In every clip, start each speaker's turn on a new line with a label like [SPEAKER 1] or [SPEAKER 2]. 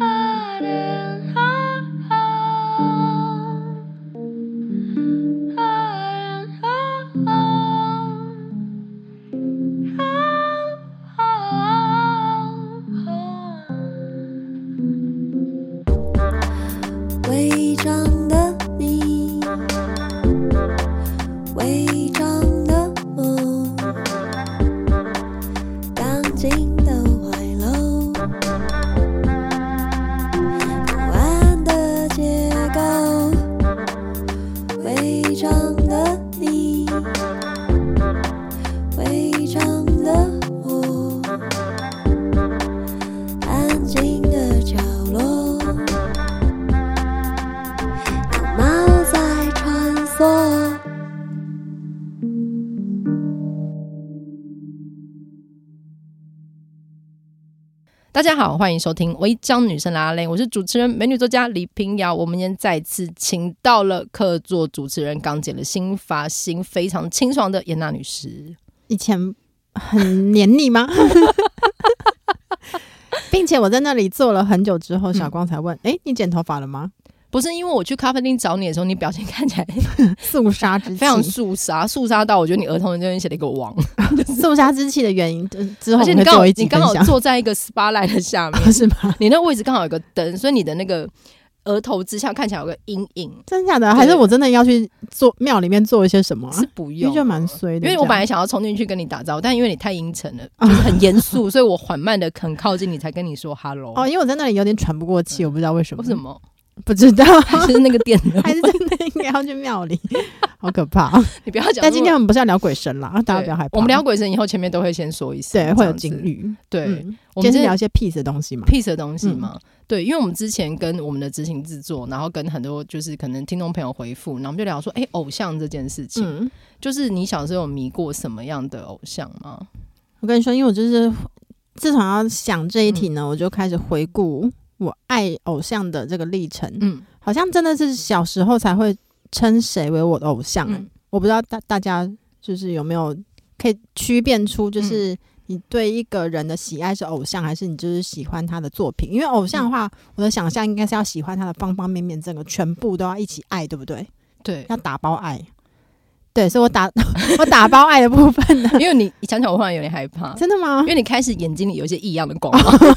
[SPEAKER 1] 아른 아아 아른 아아
[SPEAKER 2] 伪装的你，伪装的我，钢筋的怀楼，不安的结构，伪装的你，伪装的我，安静的角落。有猫在穿梭。
[SPEAKER 3] 大家好，欢迎收听《违章女生拉拉链》，我是主持人美女作家李平遥。我们今天再次请到了客座主持人刚姐的新发型非常清爽的严娜女士。
[SPEAKER 4] 以前很黏腻吗？ 并且我在那里坐了很久之后，小光才问：“
[SPEAKER 3] 嗯
[SPEAKER 4] 哎、你剪头发了吗
[SPEAKER 3] 不是因为我去咖啡厅找你的时候，你表情看起来？”
[SPEAKER 4] 肃杀之气，
[SPEAKER 3] 非常肃杀，肃杀到我觉得你额头那边写了一个 王，
[SPEAKER 4] 肃杀之气的原因，呃之后
[SPEAKER 3] 而
[SPEAKER 4] 我
[SPEAKER 3] 且你
[SPEAKER 4] 们会
[SPEAKER 3] 刚好
[SPEAKER 4] 做一集
[SPEAKER 3] 哦你
[SPEAKER 4] 分
[SPEAKER 3] 刚好
[SPEAKER 4] 享，
[SPEAKER 3] 坐在一个 SPA light 的下面，
[SPEAKER 4] 是吗？
[SPEAKER 3] 你那个位置刚好有个灯，所以你的那个额头之下看起来有个阴影，
[SPEAKER 4] 真假的？还是我真的要去做庙里面做一些什么啊、
[SPEAKER 3] 是不
[SPEAKER 4] 因
[SPEAKER 3] 用
[SPEAKER 4] 为就蛮衰的
[SPEAKER 3] 因
[SPEAKER 4] 这样，
[SPEAKER 3] 为我本来想要冲进去跟你打招呼，但因为你太阴沉了， 就是很严肃，所以我缓慢的很靠近你才跟你说 hello。
[SPEAKER 4] 哦，因为我在那里有点喘不过气，我不知道为什么，
[SPEAKER 3] 为什么？
[SPEAKER 4] 不知道，
[SPEAKER 3] 还是那个电流？
[SPEAKER 4] 还是真的应该要去庙 里，好可怕！
[SPEAKER 3] 你不要讲。
[SPEAKER 4] 但今天我们不是要聊鬼神啦，大家
[SPEAKER 3] 对
[SPEAKER 4] 不要害怕。
[SPEAKER 3] 我们聊鬼神以后，前面都会先说一声，
[SPEAKER 4] 对会有
[SPEAKER 3] 这
[SPEAKER 4] 警
[SPEAKER 3] 样子。
[SPEAKER 4] 语，
[SPEAKER 3] 对，
[SPEAKER 4] 嗯，
[SPEAKER 3] 我
[SPEAKER 4] 就
[SPEAKER 3] 们
[SPEAKER 4] 是
[SPEAKER 3] 今
[SPEAKER 4] 聊
[SPEAKER 3] 天
[SPEAKER 4] 嗯一些 peace 的东西嘛。
[SPEAKER 3] peace 的东西嘛。对，因为我们之前跟我们的执行制作，然后跟很多就是可能听众朋友回复，然后我们就聊说，哎，偶像这件事情，
[SPEAKER 4] 嗯，
[SPEAKER 3] 就是你小时候有迷过什么样的偶像吗？
[SPEAKER 4] 我跟你说，因为我就是自从要想这一题呢，我就开始回顾我爱偶像的这个历程，
[SPEAKER 3] 嗯，
[SPEAKER 4] 好像真的是小时候才会称谁为我的偶像、欸
[SPEAKER 3] 嗯
[SPEAKER 4] 我不知道大大家就是有没有可以区辨出，就是你对一个人的喜爱是偶像，还是你就是喜欢他的作品？因为偶像的话，我的想象应该是要喜欢他的方方面面，整个全部都要一起爱，对不对？
[SPEAKER 3] 对，
[SPEAKER 4] 要打包爱。对，所以我打 我打包爱的部分呢，
[SPEAKER 3] 因为你想想，我忽然有点害怕，
[SPEAKER 4] 真的吗
[SPEAKER 3] 因？为你开始眼睛里有一些异样的 光芒。
[SPEAKER 4] 那个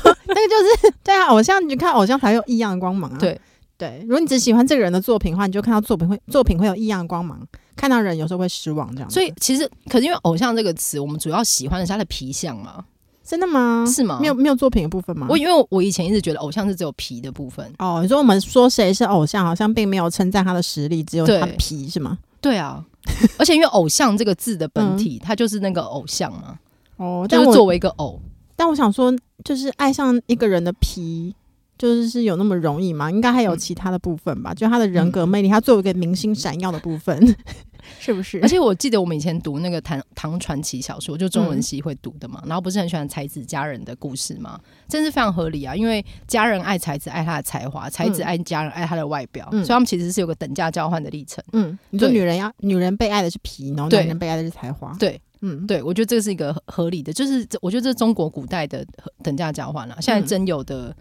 [SPEAKER 4] 就是 对啊，偶像你看偶像才有异样的光芒啊。
[SPEAKER 3] 对
[SPEAKER 4] 对，如果你只喜欢这个人的作品的话，你就看到作品会作品会有异样的光芒，看到人有时候会失望这样子。
[SPEAKER 3] 所以其实，可是因为偶像这个词，我们主要喜欢的是他的皮相嘛，
[SPEAKER 4] 真的吗？
[SPEAKER 3] 是吗？
[SPEAKER 4] 嗯没有，没有作品的部分吗？
[SPEAKER 3] 我因为我以前一直觉得偶像是只有皮的部分。
[SPEAKER 4] 哦，你说我们说谁是偶像，好像并没有称赞他的实力，只有
[SPEAKER 3] 对
[SPEAKER 4] 他皮是吗？
[SPEAKER 3] 对啊， 而且因为偶像这个字的本体，它就是那个偶像嘛，
[SPEAKER 4] 嗯哦，
[SPEAKER 3] 就
[SPEAKER 4] 但
[SPEAKER 3] 是
[SPEAKER 4] 我
[SPEAKER 3] 作为一个偶，
[SPEAKER 4] 但我想说，就是爱上一个人的皮，就是是有那么容易吗？应该还有
[SPEAKER 3] 嗯
[SPEAKER 4] 其他的部分吧，就他的人格魅力，他作为一个明星闪耀的部分， 是不是？
[SPEAKER 3] 而且我记得我们以前读那个唐唐传奇小说，就中
[SPEAKER 4] 嗯
[SPEAKER 3] 文系会读的嘛，然后不是很喜欢才子佳人的故事嘛，真是非常合理啊，因为佳人爱才子爱他的才华，才子爱佳人爱他的外表，
[SPEAKER 4] 嗯
[SPEAKER 3] 所以他们其实是有个等价交换的历程。
[SPEAKER 4] 嗯，你说
[SPEAKER 3] 对
[SPEAKER 4] 女人要女人被爱的是皮，然后
[SPEAKER 3] 对
[SPEAKER 4] 男人被爱的是才华。
[SPEAKER 3] 对，
[SPEAKER 4] 嗯，
[SPEAKER 3] 对，我觉得这是一个合合理的，就是这我觉得这是中国古代的合等价交换啦、现在
[SPEAKER 4] 嗯
[SPEAKER 3] 真有的、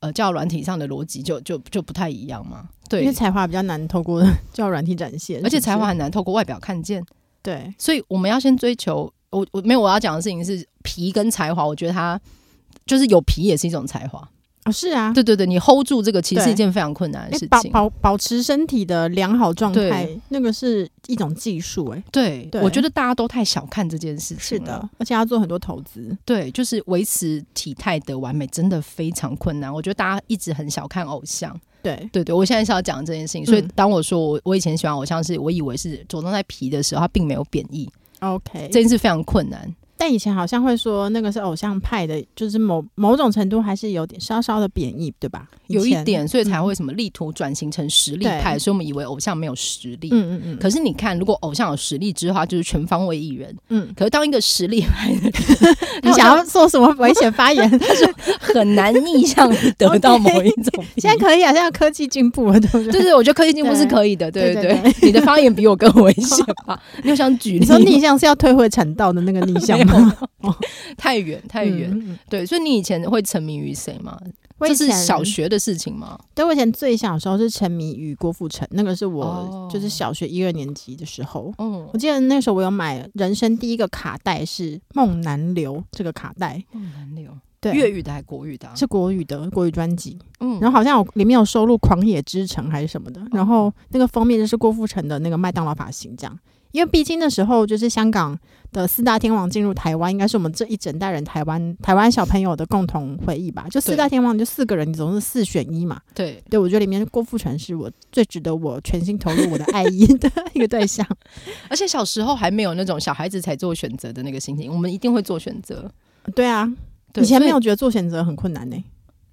[SPEAKER 3] 呃教软体上的逻辑就就就不太一样嘛。
[SPEAKER 4] 因为
[SPEAKER 3] 对，
[SPEAKER 4] 才华比较难透过 叫软体展现，
[SPEAKER 3] 而且
[SPEAKER 4] 是不是
[SPEAKER 3] 才华很难透过外表看见，
[SPEAKER 4] 对
[SPEAKER 3] 所以我们要先追求。我我没有我要讲的事情是皮跟才华，我觉得它就是有皮也是一种才华。
[SPEAKER 4] 哦，是啊，
[SPEAKER 3] 对对对，你 hold 住这个其实是
[SPEAKER 4] 对
[SPEAKER 3] 一件非常困难的
[SPEAKER 4] 哎
[SPEAKER 3] 事
[SPEAKER 4] 保
[SPEAKER 3] 情。
[SPEAKER 4] 保保持身体的良好状态
[SPEAKER 3] 对，
[SPEAKER 4] 那个是一种技术，哎，
[SPEAKER 3] 对，
[SPEAKER 4] 对
[SPEAKER 3] 我觉得大家都太小看这件事情
[SPEAKER 4] 是
[SPEAKER 3] 了。
[SPEAKER 4] 的，而且要做很多投资。
[SPEAKER 3] 对，就是维持体态的完美真的非常困难。我觉得大家一直很小看偶像。
[SPEAKER 4] 对，
[SPEAKER 3] 对对，我现在是要讲这件事情，所以
[SPEAKER 4] 嗯
[SPEAKER 3] 当我说我我以前喜欢偶像是，我以为是着重在皮的时候，它并没有贬义，
[SPEAKER 4] ，OK。
[SPEAKER 3] 这件事非常困难。
[SPEAKER 4] 但以前好像会说那个是偶像派的，就是某某种程度还是有点稍稍的贬义，对吧？
[SPEAKER 3] 有
[SPEAKER 4] 以
[SPEAKER 3] 一
[SPEAKER 4] 前，嗯
[SPEAKER 3] 点，所以才会什么力图转型成实力派，所以我们以为偶像没有实力。
[SPEAKER 4] 嗯嗯嗯，
[SPEAKER 3] 可是你看，如果偶像有实力之后，他就是全方位艺人。
[SPEAKER 4] 嗯，
[SPEAKER 3] 可是当一个实力派的人，
[SPEAKER 4] 你想要做 什么危险发言？
[SPEAKER 3] 很难逆向地得到
[SPEAKER 4] OK
[SPEAKER 3] 某一种比。
[SPEAKER 4] 现在可以啊，现在科技进步了，对不对？
[SPEAKER 3] 对对，我觉得科技进步是
[SPEAKER 4] 对
[SPEAKER 3] 可以的，对
[SPEAKER 4] 对
[SPEAKER 3] 对。你的发言比我更危险吧？你有想举例
[SPEAKER 4] 你
[SPEAKER 3] 吗？
[SPEAKER 4] 说逆向是要退回产道的那个逆向
[SPEAKER 3] 没有
[SPEAKER 4] 吗？
[SPEAKER 3] 太远太远。
[SPEAKER 4] 嗯嗯
[SPEAKER 3] 对，所以你以前会沉迷于谁吗？
[SPEAKER 4] 我以
[SPEAKER 3] 这是
[SPEAKER 4] 前
[SPEAKER 3] 小，学的事情吗？
[SPEAKER 4] 对我以前最小的时候是沉迷于郭富城，那个是我
[SPEAKER 3] 哦
[SPEAKER 4] 就是小学一二年级的时候。
[SPEAKER 3] 嗯
[SPEAKER 4] 我，记得那时候我有买人生第一个卡带是《梦南流》这个卡带，
[SPEAKER 3] 梦南流，
[SPEAKER 4] 对，
[SPEAKER 3] 粤语的还国语的啊？
[SPEAKER 4] 是国语的国语专辑，
[SPEAKER 3] 嗯哦
[SPEAKER 4] 然后好像有里面有收录《狂野之城》还是什么的，然后那个封面就是郭富城的那个麦当劳发型这样。因为毕竟那时候就是香港的四大天王进入台湾，应该是我们这一整代人台湾台湾小朋友的共同回忆吧。就四大天王，你就四个人，你总是四选一嘛。
[SPEAKER 3] 对，
[SPEAKER 4] 对，我觉得里面郭富城是我最值得我全心投入我的爱意的一个对象。
[SPEAKER 3] 而且小时候还没有那种小孩子才做选择的那个心情，我们一定会做选择。
[SPEAKER 4] 对啊，
[SPEAKER 3] 对
[SPEAKER 4] 以前没
[SPEAKER 3] 所
[SPEAKER 4] 有觉得做选择很困难呢、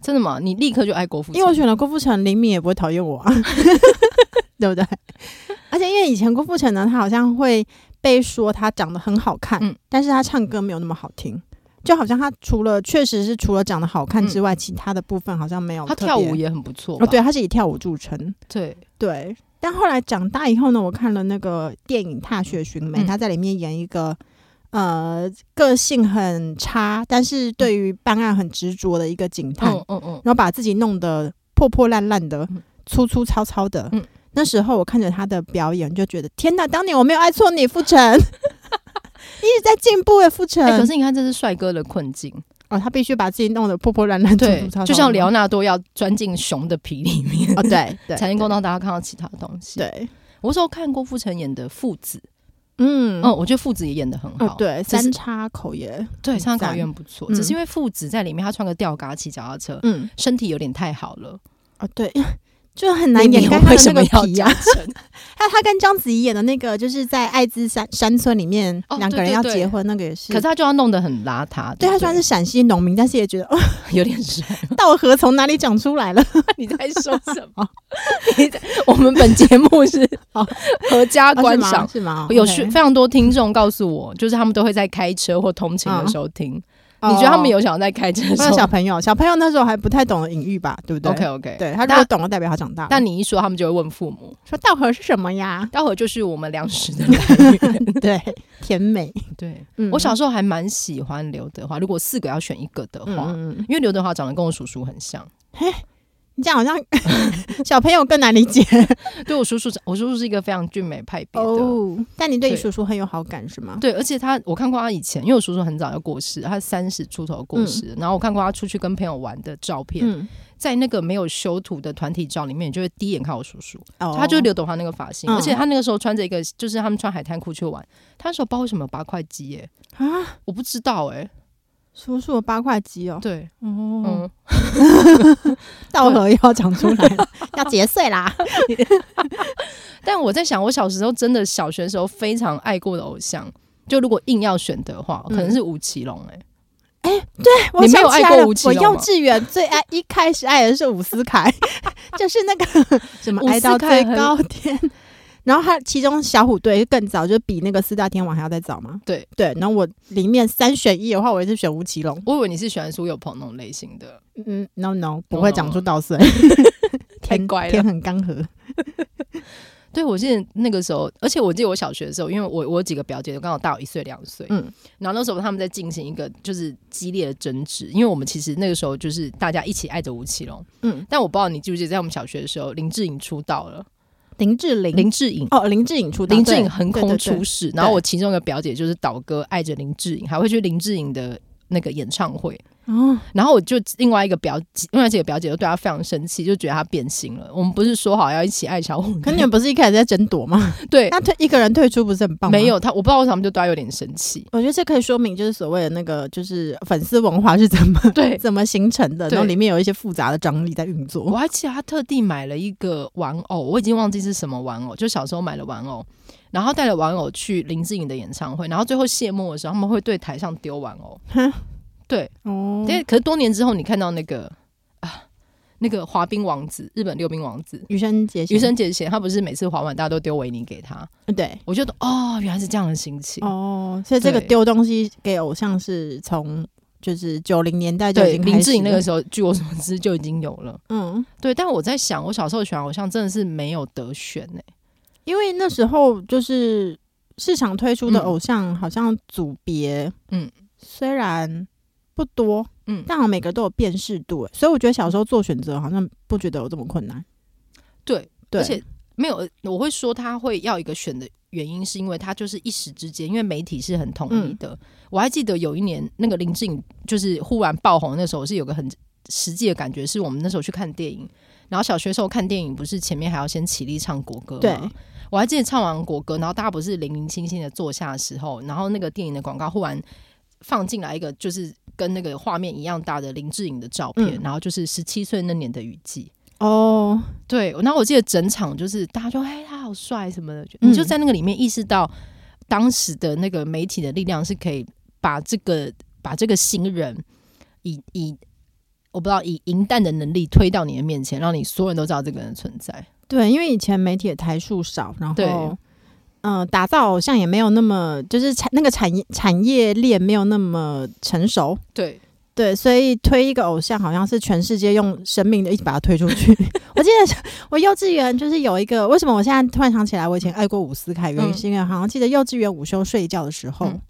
[SPEAKER 3] 真的吗？你立刻就爱郭富城？
[SPEAKER 4] 因为我选了郭富城，林敏也不会讨厌 我啊，对不对？而且因为以前郭富城呢，他好像会被说他长得很好看，
[SPEAKER 3] 嗯
[SPEAKER 4] 但是他唱歌没有那么好听，就好像他除了确实是除了长得好看之外，其他的部分好像没有
[SPEAKER 3] 嗯他
[SPEAKER 4] 特
[SPEAKER 3] 跳
[SPEAKER 4] 别
[SPEAKER 3] 舞也很不错吧。
[SPEAKER 4] 哦，对，他是以跳舞著称，
[SPEAKER 3] 对，
[SPEAKER 4] 对。但后来长大以后呢，我看了那个电影《踏雪寻梅》，
[SPEAKER 3] 嗯
[SPEAKER 4] 他在里面演一个呃个性很差，但是对于办案很执着的一个警探。
[SPEAKER 3] 嗯嗯嗯，
[SPEAKER 4] 然后把自己弄得破破烂烂的
[SPEAKER 3] 嗯、
[SPEAKER 4] 粗粗糙糙的。
[SPEAKER 3] 嗯
[SPEAKER 4] 那时候我看着他的表演，就觉得天哪，当年我没有爱错你，傅 成，你一直在进步欸诶，傅成。
[SPEAKER 3] 哎，可是你看，这是帅哥的困境。
[SPEAKER 4] 哦，他必须把自己弄得破破烂烂、粗粗
[SPEAKER 3] 对
[SPEAKER 4] 糙糙，的，
[SPEAKER 3] 就像莱昂纳多要钻进熊的皮里面，
[SPEAKER 4] 哦，对对，
[SPEAKER 3] 才能够让大家看到其他东西。，
[SPEAKER 4] 对，
[SPEAKER 3] 我那时候看郭富城演的《父子》，
[SPEAKER 4] 嗯
[SPEAKER 3] 嗯，我觉得《父子》也演的很
[SPEAKER 4] 哦
[SPEAKER 3] 好，，
[SPEAKER 4] 对，
[SPEAKER 3] 只是
[SPEAKER 4] 三叉口也，
[SPEAKER 3] 对，唱
[SPEAKER 4] 赞
[SPEAKER 3] 考院不错，
[SPEAKER 4] 嗯
[SPEAKER 3] 只是因为《父子》在里面他穿个吊嘎骑脚踏车，
[SPEAKER 4] 嗯，
[SPEAKER 3] 身体有点太好了，
[SPEAKER 4] 哦，对。 就很难
[SPEAKER 3] 你
[SPEAKER 4] 掩
[SPEAKER 3] 你
[SPEAKER 4] 盖
[SPEAKER 3] 为
[SPEAKER 4] 他
[SPEAKER 3] 什
[SPEAKER 4] 的
[SPEAKER 3] 么
[SPEAKER 4] 那
[SPEAKER 3] 要
[SPEAKER 4] 个皮啊！ 还有他跟章子怡演的那个，就是在爱知山山村里面，
[SPEAKER 3] 哦
[SPEAKER 4] 两个
[SPEAKER 3] 对
[SPEAKER 4] 人
[SPEAKER 3] 对
[SPEAKER 4] 要
[SPEAKER 3] 对
[SPEAKER 4] 结婚，那个也是。
[SPEAKER 3] 可是他就要弄得很邋遢，
[SPEAKER 4] 对
[SPEAKER 3] 不
[SPEAKER 4] 他虽然是陕西农民，但是也觉得哦，
[SPEAKER 3] 有点 帅。
[SPEAKER 4] 稻荷从哪里长出来了？
[SPEAKER 3] 你在说什么？ 你在我们本节目是
[SPEAKER 4] 哦
[SPEAKER 3] 合家观赏
[SPEAKER 4] 哦，是吗？是吗
[SPEAKER 3] 有
[SPEAKER 4] OK
[SPEAKER 3] 非非常多听众告诉我，就是他们都会在开车或通勤的时候听。
[SPEAKER 4] 哦
[SPEAKER 3] 你觉得他们有想要在开车的时
[SPEAKER 4] 那
[SPEAKER 3] 候
[SPEAKER 4] 小朋友，小朋友那时候还不太懂得隐喻吧，对不对
[SPEAKER 3] OK OK，
[SPEAKER 4] 对他如
[SPEAKER 3] 但
[SPEAKER 4] 果懂了，代表他长大了。
[SPEAKER 3] 但你一说，他们就会问父母。？
[SPEAKER 4] 说稻荷是什么呀
[SPEAKER 3] 待会儿就是我们粮食的 来源。
[SPEAKER 4] 对，甜美。
[SPEAKER 3] 对，
[SPEAKER 4] 嗯
[SPEAKER 3] 我小时候还蛮喜欢刘德华。如果四个要选一个的话，
[SPEAKER 4] 嗯嗯嗯
[SPEAKER 3] 因为刘德华长得跟我叔叔很像。
[SPEAKER 4] 你这样好像 小朋友更难理解
[SPEAKER 3] 对我叔叔，我叔叔是一个非常俊美派别的。
[SPEAKER 4] 哦。但你对你
[SPEAKER 3] 对
[SPEAKER 4] 叔叔很有好感是吗？
[SPEAKER 3] 对，而且他，我看过他以前，因为我叔叔很早就过世，他三十出头过世。然后我看过他出去跟朋友玩的照片，
[SPEAKER 4] 嗯，
[SPEAKER 3] 在那个没有修图的团体照里面，你就会第一眼看我叔叔。
[SPEAKER 4] 哦
[SPEAKER 3] 他就是刘德华那个发型，
[SPEAKER 4] 嗯
[SPEAKER 3] 而且他那个时候穿着一个，就是他们穿海滩裤去玩，他那时候包为什么有八块肌耶、
[SPEAKER 4] 啊，
[SPEAKER 3] 我不知道哎、
[SPEAKER 4] 叔叔有八块肌哦，
[SPEAKER 3] 对，
[SPEAKER 4] 哦，
[SPEAKER 3] 嗯，
[SPEAKER 4] 稻荷又要长出来了，要结穗啦。
[SPEAKER 3] 但我在想，我小时候真的小学时候非常爱过的偶像，就如果硬要选的话，
[SPEAKER 4] 嗯
[SPEAKER 3] 可能是吴奇隆哎、
[SPEAKER 4] 我
[SPEAKER 3] 你没有
[SPEAKER 4] 想起
[SPEAKER 3] 爱
[SPEAKER 4] 来
[SPEAKER 3] 过
[SPEAKER 4] 了
[SPEAKER 3] 吴奇
[SPEAKER 4] 我
[SPEAKER 3] 隆
[SPEAKER 4] 幼
[SPEAKER 3] 吗
[SPEAKER 4] 稚园最爱一开始爱的是伍思凯， 就是那 个什么
[SPEAKER 3] 伍
[SPEAKER 4] 爱
[SPEAKER 3] 思
[SPEAKER 4] 到
[SPEAKER 3] 凯
[SPEAKER 4] 最
[SPEAKER 3] 很
[SPEAKER 4] 高点。 然后他其中小虎队更早，就比那个四大天王还要再早嘛。
[SPEAKER 3] 对
[SPEAKER 4] 对，然后我里面三选一的话，我也是选吴奇隆。
[SPEAKER 3] 我以为你是喜欢苏有朋那种类型的，
[SPEAKER 4] 嗯，no no，不
[SPEAKER 3] No,
[SPEAKER 4] 会
[SPEAKER 3] no
[SPEAKER 4] 长出 稻穗，
[SPEAKER 3] 太
[SPEAKER 4] 天
[SPEAKER 3] 乖了
[SPEAKER 4] 天很干涸。
[SPEAKER 3] 对，我记得那个时候，而且我记得我小学的时候，因为我我有几个表姐都刚好大我一岁两岁，嗯
[SPEAKER 4] 嗯，
[SPEAKER 3] 然后那时候他们在进行一个就是激烈的争执，因为我们其实那个时候就是大家一起爱着吴奇隆，
[SPEAKER 4] 嗯，
[SPEAKER 3] 但我不知道你记不记得，在我们小学的时候，林志颖出道了，
[SPEAKER 4] 林志玲，
[SPEAKER 3] 林志颖。
[SPEAKER 4] 哦，林志颖出道，
[SPEAKER 3] 林志
[SPEAKER 4] 对
[SPEAKER 3] 颖横
[SPEAKER 4] 对
[SPEAKER 3] 空
[SPEAKER 4] 对对
[SPEAKER 3] 出世，然后我其中一个表姐就是倒戈爱着林志颖，还会去林志颖的那个演唱会。
[SPEAKER 4] 哦，
[SPEAKER 3] 然后我就另外一个表，另外几个表姐就对她非常生气，就觉得她变心了。我们不是说好要一起爱小虎队？
[SPEAKER 4] 可你们不是一开始在争夺吗？
[SPEAKER 3] 对，
[SPEAKER 4] 那退一个人退出不是很棒吗？
[SPEAKER 3] 没有她，我不知道为什么就对她有点生气。
[SPEAKER 4] 我觉得这可以说明，就是所谓的那个，就是粉丝文化是怎么
[SPEAKER 3] 对
[SPEAKER 4] 怎么形成的，然后
[SPEAKER 3] 对
[SPEAKER 4] 里面有一些复杂的张力在运
[SPEAKER 3] 我
[SPEAKER 4] 作。
[SPEAKER 3] 还记得他特地买了一个玩偶，我已经忘记是什么玩偶，就小时候买的玩偶，然后带了玩偶去林志颖的演唱会，然后最后谢幕的时候，他们会对台上丢玩偶。
[SPEAKER 4] 哼
[SPEAKER 3] 对，
[SPEAKER 4] 哦
[SPEAKER 3] 因为可是多年之后，你看到那个啊，那个滑冰王子，日本溜冰王子
[SPEAKER 4] 余生结弦，
[SPEAKER 3] 羽生结弦，他不是每次滑完大家都丢维尼给他，
[SPEAKER 4] 对
[SPEAKER 3] 我觉得哦，原来是这样的心情。
[SPEAKER 4] 哦，所以这个
[SPEAKER 3] 对
[SPEAKER 4] 丢东西给偶像是从就是九零年代就
[SPEAKER 3] 对，
[SPEAKER 4] 已经开始了
[SPEAKER 3] 林志颖那个时候，据我所知就已经有了。
[SPEAKER 4] 嗯，
[SPEAKER 3] 对，但我在欸想，我小时候喜欢偶像真的是没有得选呢、
[SPEAKER 4] 因为那时候就是市场推出
[SPEAKER 3] 嗯
[SPEAKER 4] 的偶像好像组别，
[SPEAKER 3] 嗯，
[SPEAKER 4] 虽然不多，
[SPEAKER 3] 嗯
[SPEAKER 4] 但好像每个都有辨识度，欸所以我觉得小时候做选择好像不觉得有这么困难。
[SPEAKER 3] 对，
[SPEAKER 4] 对，
[SPEAKER 3] 而且没有，我会说他会要一个选的原因，是因为他就是一时之间，因为媒体是很统一的。
[SPEAKER 4] 嗯
[SPEAKER 3] 我还记得有一年那个林志颖就是忽然爆红，那时候是有个很实际的感觉，是我们那时候去看电影，然后小学时候看电影不是前面还要先起立唱国歌吗？
[SPEAKER 4] 对，
[SPEAKER 3] 我还记得唱完国歌，然后大家不是零零星星的坐下的时候，然后那个电影的广告忽然放进来一个就是跟那个画面一样大的林志颖的照片，
[SPEAKER 4] 嗯
[SPEAKER 3] 然后就是十七岁那年的雨季。
[SPEAKER 4] 哦，
[SPEAKER 3] 对，然后我记得整场就是大家就哎他好帅什么的，
[SPEAKER 4] 嗯
[SPEAKER 3] 你就在那个里面意识到当时的那个媒体的力量是可以把这个把这个新人以以我不知道以银弹的能力推到你的面前，让你所有人都知道这个人的存在。
[SPEAKER 4] 对，因为以前媒体的台数少，然
[SPEAKER 3] 对
[SPEAKER 4] 后。嗯、打造偶像也没有那么，就是产那个产业产业链没有那么成熟，
[SPEAKER 3] 对，
[SPEAKER 4] 对，所以推一个偶像好像是全世界用生命的一起把它推出去。 我记得我幼稚园就是有一个，为什么我现在突然想起来，我以前爱过伍思凯，原因
[SPEAKER 3] 嗯
[SPEAKER 4] 是因为好像记得幼稚园午休睡觉的时候、
[SPEAKER 3] 嗯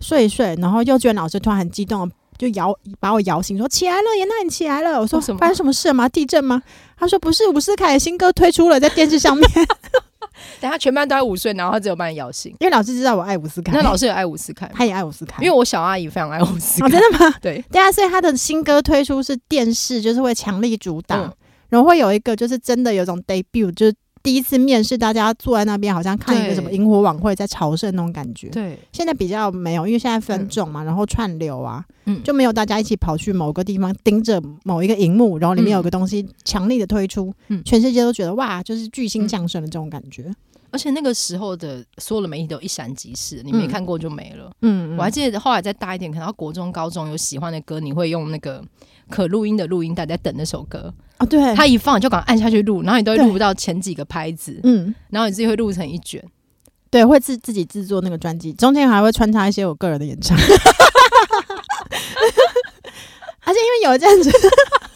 [SPEAKER 4] 睡一睡，然后幼稚园老师突然很激动。就摇把我摇醒，说起来了，严娜你起来了。我说
[SPEAKER 3] 为什么
[SPEAKER 4] 发生什么事了吗？地震吗？他说不是，伍思凯的新歌推出了，在电视上面。
[SPEAKER 3] 等他全班都在午睡，然后他只有把你摇醒。
[SPEAKER 4] 因为老师知道我爱伍思凯，
[SPEAKER 3] 那老师也爱伍思 凯吗，
[SPEAKER 4] 他也爱伍思凯，
[SPEAKER 3] 因为我小阿姨非常爱伍思
[SPEAKER 4] 哦
[SPEAKER 3] 凯。
[SPEAKER 4] 真的吗？
[SPEAKER 3] 对，
[SPEAKER 4] 对啊，所以他的新歌推出是电视，就是会强力主打，
[SPEAKER 3] 嗯
[SPEAKER 4] 然后会有一个就是真的有种 debut，就是第一次面试，大家坐在那边好像看一个
[SPEAKER 3] 对
[SPEAKER 4] 什么萤火晚会在朝圣那种感觉。
[SPEAKER 3] 对，
[SPEAKER 4] 现在比较没有，因为现在分众嘛，然后串流啊，
[SPEAKER 3] 嗯，
[SPEAKER 4] 就没有大家一起跑去某个地方盯着某一个荧幕，然后里面有个东西强力的推出，
[SPEAKER 3] 嗯
[SPEAKER 4] 全世界都觉得哇，就是巨星
[SPEAKER 3] 嗯
[SPEAKER 4] 降生的这种感觉。
[SPEAKER 3] 而且那个时候的所有的媒体都一闪即逝，你没
[SPEAKER 4] 嗯
[SPEAKER 3] 看过就没了。
[SPEAKER 4] 嗯，
[SPEAKER 3] 我还记得后来再大一点，可能到国中、高中有喜欢的歌，你会用那个可录音的录音带在等那首歌，
[SPEAKER 4] 哦，对，
[SPEAKER 3] 它一放你就赶快按下去录，然后你都会
[SPEAKER 4] 对
[SPEAKER 3] 录不到前几个拍子，
[SPEAKER 4] 嗯。
[SPEAKER 3] 然后你自己会录成一 卷。
[SPEAKER 4] 对，会自自己制作那个专辑，中间还会穿插一些我个人的演唱。 而且因为有一阵子，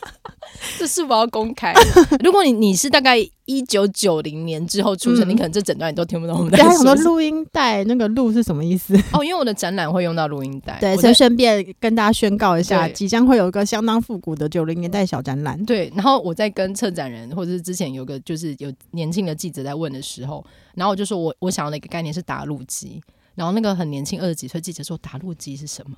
[SPEAKER 3] 这是不要公开。如果你你是大概一九九零年之后出生，
[SPEAKER 4] 嗯
[SPEAKER 3] 你可能这整段你都听不懂我们在
[SPEAKER 4] 对，还有很多
[SPEAKER 3] 说什么。
[SPEAKER 4] 录音带，那个录是什么意思？
[SPEAKER 3] 哦，因为我的展览会用到录音带，
[SPEAKER 4] 对，
[SPEAKER 3] 我
[SPEAKER 4] 所
[SPEAKER 3] 在
[SPEAKER 4] 以顺便跟大家宣告一下，
[SPEAKER 3] 对
[SPEAKER 4] 即将会有一个相当复古的九零年代小展览。
[SPEAKER 3] 对，然后我在跟策展人，或者是之前有个就是有年轻的记者在问的时候，然后我就说我我想要的一个概念是打录机，然后那个很年轻二十几岁记者说打录机是什么，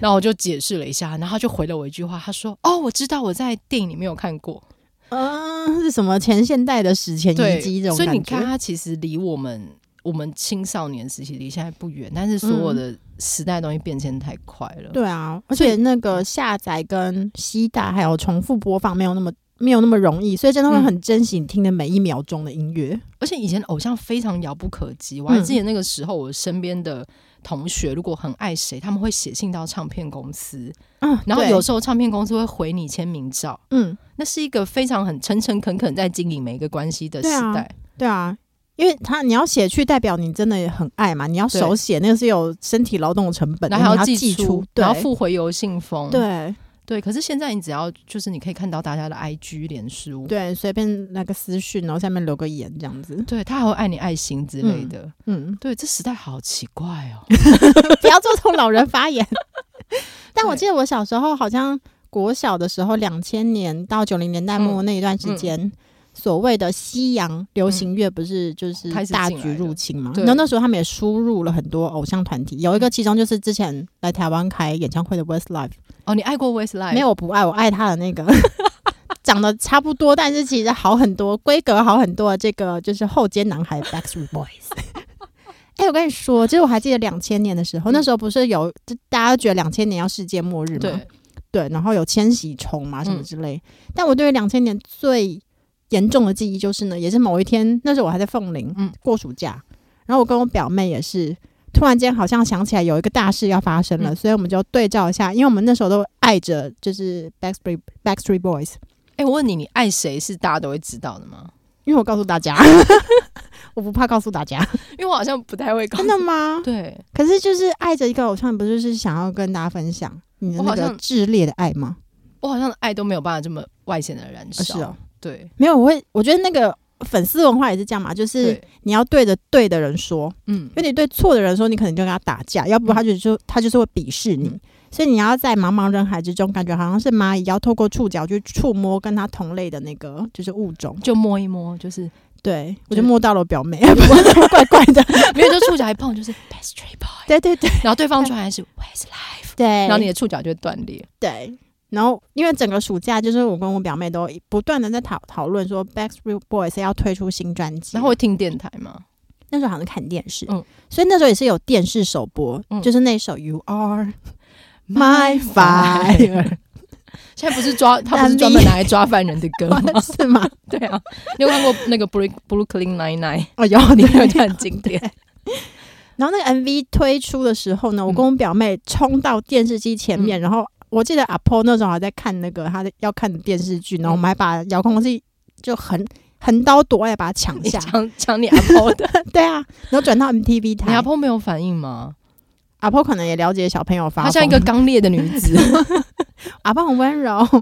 [SPEAKER 3] 然后我就解释了一下，然后他就回了我一句话，他说哦我知道我在电影里面有看过，
[SPEAKER 4] 嗯，是什么前现代的史前
[SPEAKER 3] 哦对
[SPEAKER 4] 遗迹这，种
[SPEAKER 3] 所以你
[SPEAKER 4] 感
[SPEAKER 3] 看
[SPEAKER 4] 觉？
[SPEAKER 3] 他其实离我们我们青少年时期离现在不远，但是所
[SPEAKER 4] 嗯
[SPEAKER 3] 有的时代东西变迁太快了，
[SPEAKER 4] 对啊，而
[SPEAKER 3] 所以
[SPEAKER 4] 且那个下载跟吸带还有重复播放没有那么没有那么容易，所以真的会
[SPEAKER 3] 嗯
[SPEAKER 4] 很珍惜你听的每一秒钟的音乐。
[SPEAKER 3] 而且以前偶像非常遥不可及，我还记得那个时候，我身边的同学如果很爱谁，他们会写信到唱片公司，
[SPEAKER 4] 嗯，
[SPEAKER 3] 然后
[SPEAKER 4] 对
[SPEAKER 3] 有时候唱片公司会回你签名照，
[SPEAKER 4] 嗯，
[SPEAKER 3] 那是一个非常很诚诚恳恳在经营每一个关系的时代。
[SPEAKER 4] 对啊，因为他你要写去，代表你真的很爱嘛，你要手写，那个是有身体劳动的成本，
[SPEAKER 3] 然后还
[SPEAKER 4] 你要
[SPEAKER 3] 寄
[SPEAKER 4] 寄出，对
[SPEAKER 3] 然后付回邮信封，
[SPEAKER 4] 对
[SPEAKER 3] 对。可是现在你只要就是你可以看到大家的 IG 脸书，
[SPEAKER 4] 对，随便来个私讯，然后下面留个言这样子。
[SPEAKER 3] 对他还会爱你爱心之类的。，
[SPEAKER 4] 嗯
[SPEAKER 3] 对，这时代好奇怪哦。
[SPEAKER 4] 不要做这种老人发 言。但我记得我小时候好像国小的时候，两千年到九零年代
[SPEAKER 3] 嗯
[SPEAKER 4] 末那一段时间。所谓的西洋流行乐不是就是
[SPEAKER 3] 嗯开始
[SPEAKER 4] 大
[SPEAKER 3] 进来
[SPEAKER 4] 举
[SPEAKER 3] 了
[SPEAKER 4] 入侵嘛？
[SPEAKER 3] 对
[SPEAKER 4] 然后那时候他们也输入了很多偶像团体，有一个其中就是之前来台湾开演唱会的 Westlife，
[SPEAKER 3] 哦，你爱过 Westlife
[SPEAKER 4] 没有，我不爱，我爱他的那个 长得差不多，但是其实好很多，规格好很多的这个就是后街男孩 Backstreet Boys。哎、我跟你说，其实我还记得两千年的时候，
[SPEAKER 3] 嗯
[SPEAKER 4] 那时候不是有就大家觉得两千年要世界末日嘛，
[SPEAKER 3] 对，
[SPEAKER 4] 对然后有千禧虫嘛什么
[SPEAKER 3] 嗯
[SPEAKER 4] 之类。但我对于两千年最严重的记忆就是呢，也是某一天，那时候我还在凤林、
[SPEAKER 3] 嗯
[SPEAKER 4] 过暑假，然后我跟我表妹也是。突然间好像想起来有一个大事要发生了，
[SPEAKER 3] 嗯
[SPEAKER 4] 所以我们就对照一下，因为我们那时候都爱着就是 Backstreet Backstreet Boys，
[SPEAKER 3] 哎、我问你，你爱谁是大家都会知道的吗？
[SPEAKER 4] 因为我告诉大家， 我不怕告诉大家，
[SPEAKER 3] 因为我好像不太会搞。
[SPEAKER 4] 真的吗？
[SPEAKER 3] 对，
[SPEAKER 4] 可是就是爱着一个偶像，不就是想要跟大家分享你的
[SPEAKER 3] 我
[SPEAKER 4] 那
[SPEAKER 3] 好
[SPEAKER 4] 个
[SPEAKER 3] 像
[SPEAKER 4] 炽烈的爱吗？
[SPEAKER 3] 我好像爱都没有办法这么外显的燃
[SPEAKER 4] 啊
[SPEAKER 3] 烧。
[SPEAKER 4] 是哦，
[SPEAKER 3] 对，
[SPEAKER 4] 没有，我会我觉得那个粉丝文化也是这样嘛，就是
[SPEAKER 3] 对，
[SPEAKER 4] 你要对着对的人说，
[SPEAKER 3] 嗯
[SPEAKER 4] 因为你对错的人说，你可能就跟他打架，要不他就就他就是会鄙视你。所以你要在茫茫人海之中，感觉好像是蚂蚁，要透过触角去触摸跟它同类的那个就是物种。
[SPEAKER 3] 就摸一摸，就是
[SPEAKER 4] 对我
[SPEAKER 3] 就
[SPEAKER 4] 就摸到了我表妹， 怪怪的。
[SPEAKER 3] 没有就触角一碰就是 best tree boy，
[SPEAKER 4] 对对对
[SPEAKER 3] 然后对方传来是 where's life，
[SPEAKER 4] 对，
[SPEAKER 3] 然后你的触角就会断裂。
[SPEAKER 4] 对，然后因为整个暑假，就是我跟我表妹都不断的在讨讨论说，Backstreet Boys 要推出新专辑。
[SPEAKER 3] 然后会听电台吗？
[SPEAKER 4] 那时候好像看电视，
[SPEAKER 3] 嗯
[SPEAKER 4] 所以那时候也是有电视首播，
[SPEAKER 3] 嗯
[SPEAKER 4] 就是那首 You Are My Fire，
[SPEAKER 3] 现在不是抓，他不是专门拿来抓犯人的歌 吗？
[SPEAKER 4] 是吗？
[SPEAKER 3] 对啊，你有看过那个 Blue Brooklyn Nine Nine？
[SPEAKER 4] 哦，有
[SPEAKER 3] 你
[SPEAKER 4] 你
[SPEAKER 3] 有觉得很经典？
[SPEAKER 4] 然后那个 MV 推出的时
[SPEAKER 3] 嗯
[SPEAKER 4] 候呢，我跟我表妹冲到电视机前面，然后我记得阿婆那时候还在看那个她的要看的电视剧，
[SPEAKER 3] 嗯
[SPEAKER 4] 然后我们还把遥控器就横横刀夺哎爱把它抢
[SPEAKER 3] 你
[SPEAKER 4] 下，
[SPEAKER 3] 抢抢你阿婆 的，
[SPEAKER 4] 对啊，然后转到 MTV 台，
[SPEAKER 3] 你阿婆没有反应吗？
[SPEAKER 4] 阿婆可能也了解小朋友发
[SPEAKER 3] 她
[SPEAKER 4] 疯，
[SPEAKER 3] 像一个刚烈的女子。
[SPEAKER 4] 阿婆很温柔，
[SPEAKER 3] 你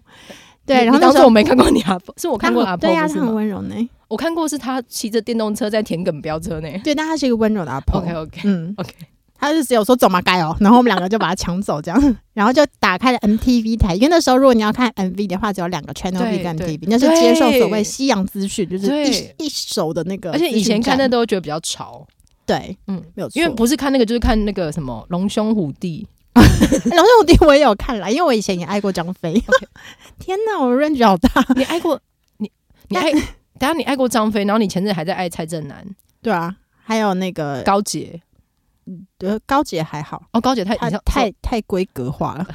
[SPEAKER 4] 对，然后
[SPEAKER 3] 你
[SPEAKER 4] 那
[SPEAKER 3] 当
[SPEAKER 4] 时
[SPEAKER 3] 时我
[SPEAKER 4] 候
[SPEAKER 3] 没看过你阿婆，是我
[SPEAKER 4] 我
[SPEAKER 3] 看过阿婆，
[SPEAKER 4] 对呀、
[SPEAKER 3] 不是
[SPEAKER 4] 她很
[SPEAKER 3] 吗？
[SPEAKER 4] 温柔呢，
[SPEAKER 3] 我看过是她骑着电动车在田埂飙车呢。
[SPEAKER 4] 对，但她是一个温柔的阿婆
[SPEAKER 3] OK OK
[SPEAKER 4] 嗯
[SPEAKER 3] OK，
[SPEAKER 4] 她就只有说走嘛该哦，然后我们两个就把她抢走这样， 然后就打开了 MTV 台，因为那时候如果你要看 MV 的话，只有两个 Channel
[SPEAKER 3] 对
[SPEAKER 4] V 跟
[SPEAKER 3] 对
[SPEAKER 4] MTV，那是接受所
[SPEAKER 3] 对
[SPEAKER 4] 谓西洋资讯，就是
[SPEAKER 3] 对
[SPEAKER 4] 一一手的那个
[SPEAKER 3] 而
[SPEAKER 4] 资讯
[SPEAKER 3] 且
[SPEAKER 4] 站，
[SPEAKER 3] 以前看那都会觉得比较潮，
[SPEAKER 4] 对，
[SPEAKER 3] 嗯
[SPEAKER 4] 嗯，没有错，
[SPEAKER 3] 因为 不是看那个就是看那个什么龙兄虎弟，
[SPEAKER 4] 哎龙兄虎弟我也有看啦，因为我以前也爱过张飞， 天哪，我 range 好大，
[SPEAKER 3] 你爱过你你爱，等一下你爱过张飞，然后你前阵还在爱蔡正南、
[SPEAKER 4] 对啊，还有那个
[SPEAKER 3] 高洁
[SPEAKER 4] 呃高姐还好。
[SPEAKER 3] 哦，高洁太
[SPEAKER 4] 太
[SPEAKER 3] 你像
[SPEAKER 4] 太太规格化 了。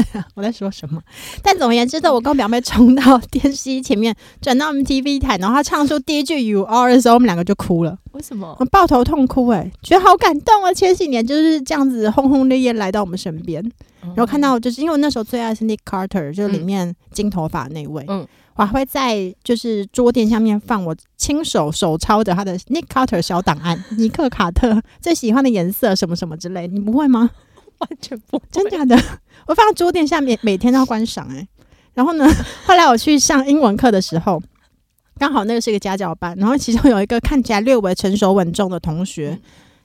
[SPEAKER 4] 我在说什么？但总而言之，的我跟我表妹冲到电视机前面，转到我们 TV 台，然后她唱出第一句 “You Are” 的时候，我们两个就哭了，
[SPEAKER 3] 为什么
[SPEAKER 4] 我？抱头痛哭、哎，觉得好感动啊！千禧年就是这样子轰轰烈烈来到我们身边，
[SPEAKER 3] 然
[SPEAKER 4] 然后看到就是因为我那时候最爱是 Nick Carter，就是里面金头发那位，
[SPEAKER 3] 嗯
[SPEAKER 4] 嗯，我还会在就是桌垫下面放我亲手手抄的他的 Nick Carter 小档案，尼克卡特最喜欢的颜色什么什么之类，你不会吗？
[SPEAKER 3] 完全不
[SPEAKER 4] 真假的？ 我放在桌垫下面，每天都要观赏哎、然后呢， 后来我去上英文课的时候，刚好那个是一个家教班，然后其中有一个看起来略微成熟稳重的同学
[SPEAKER 3] 嗯。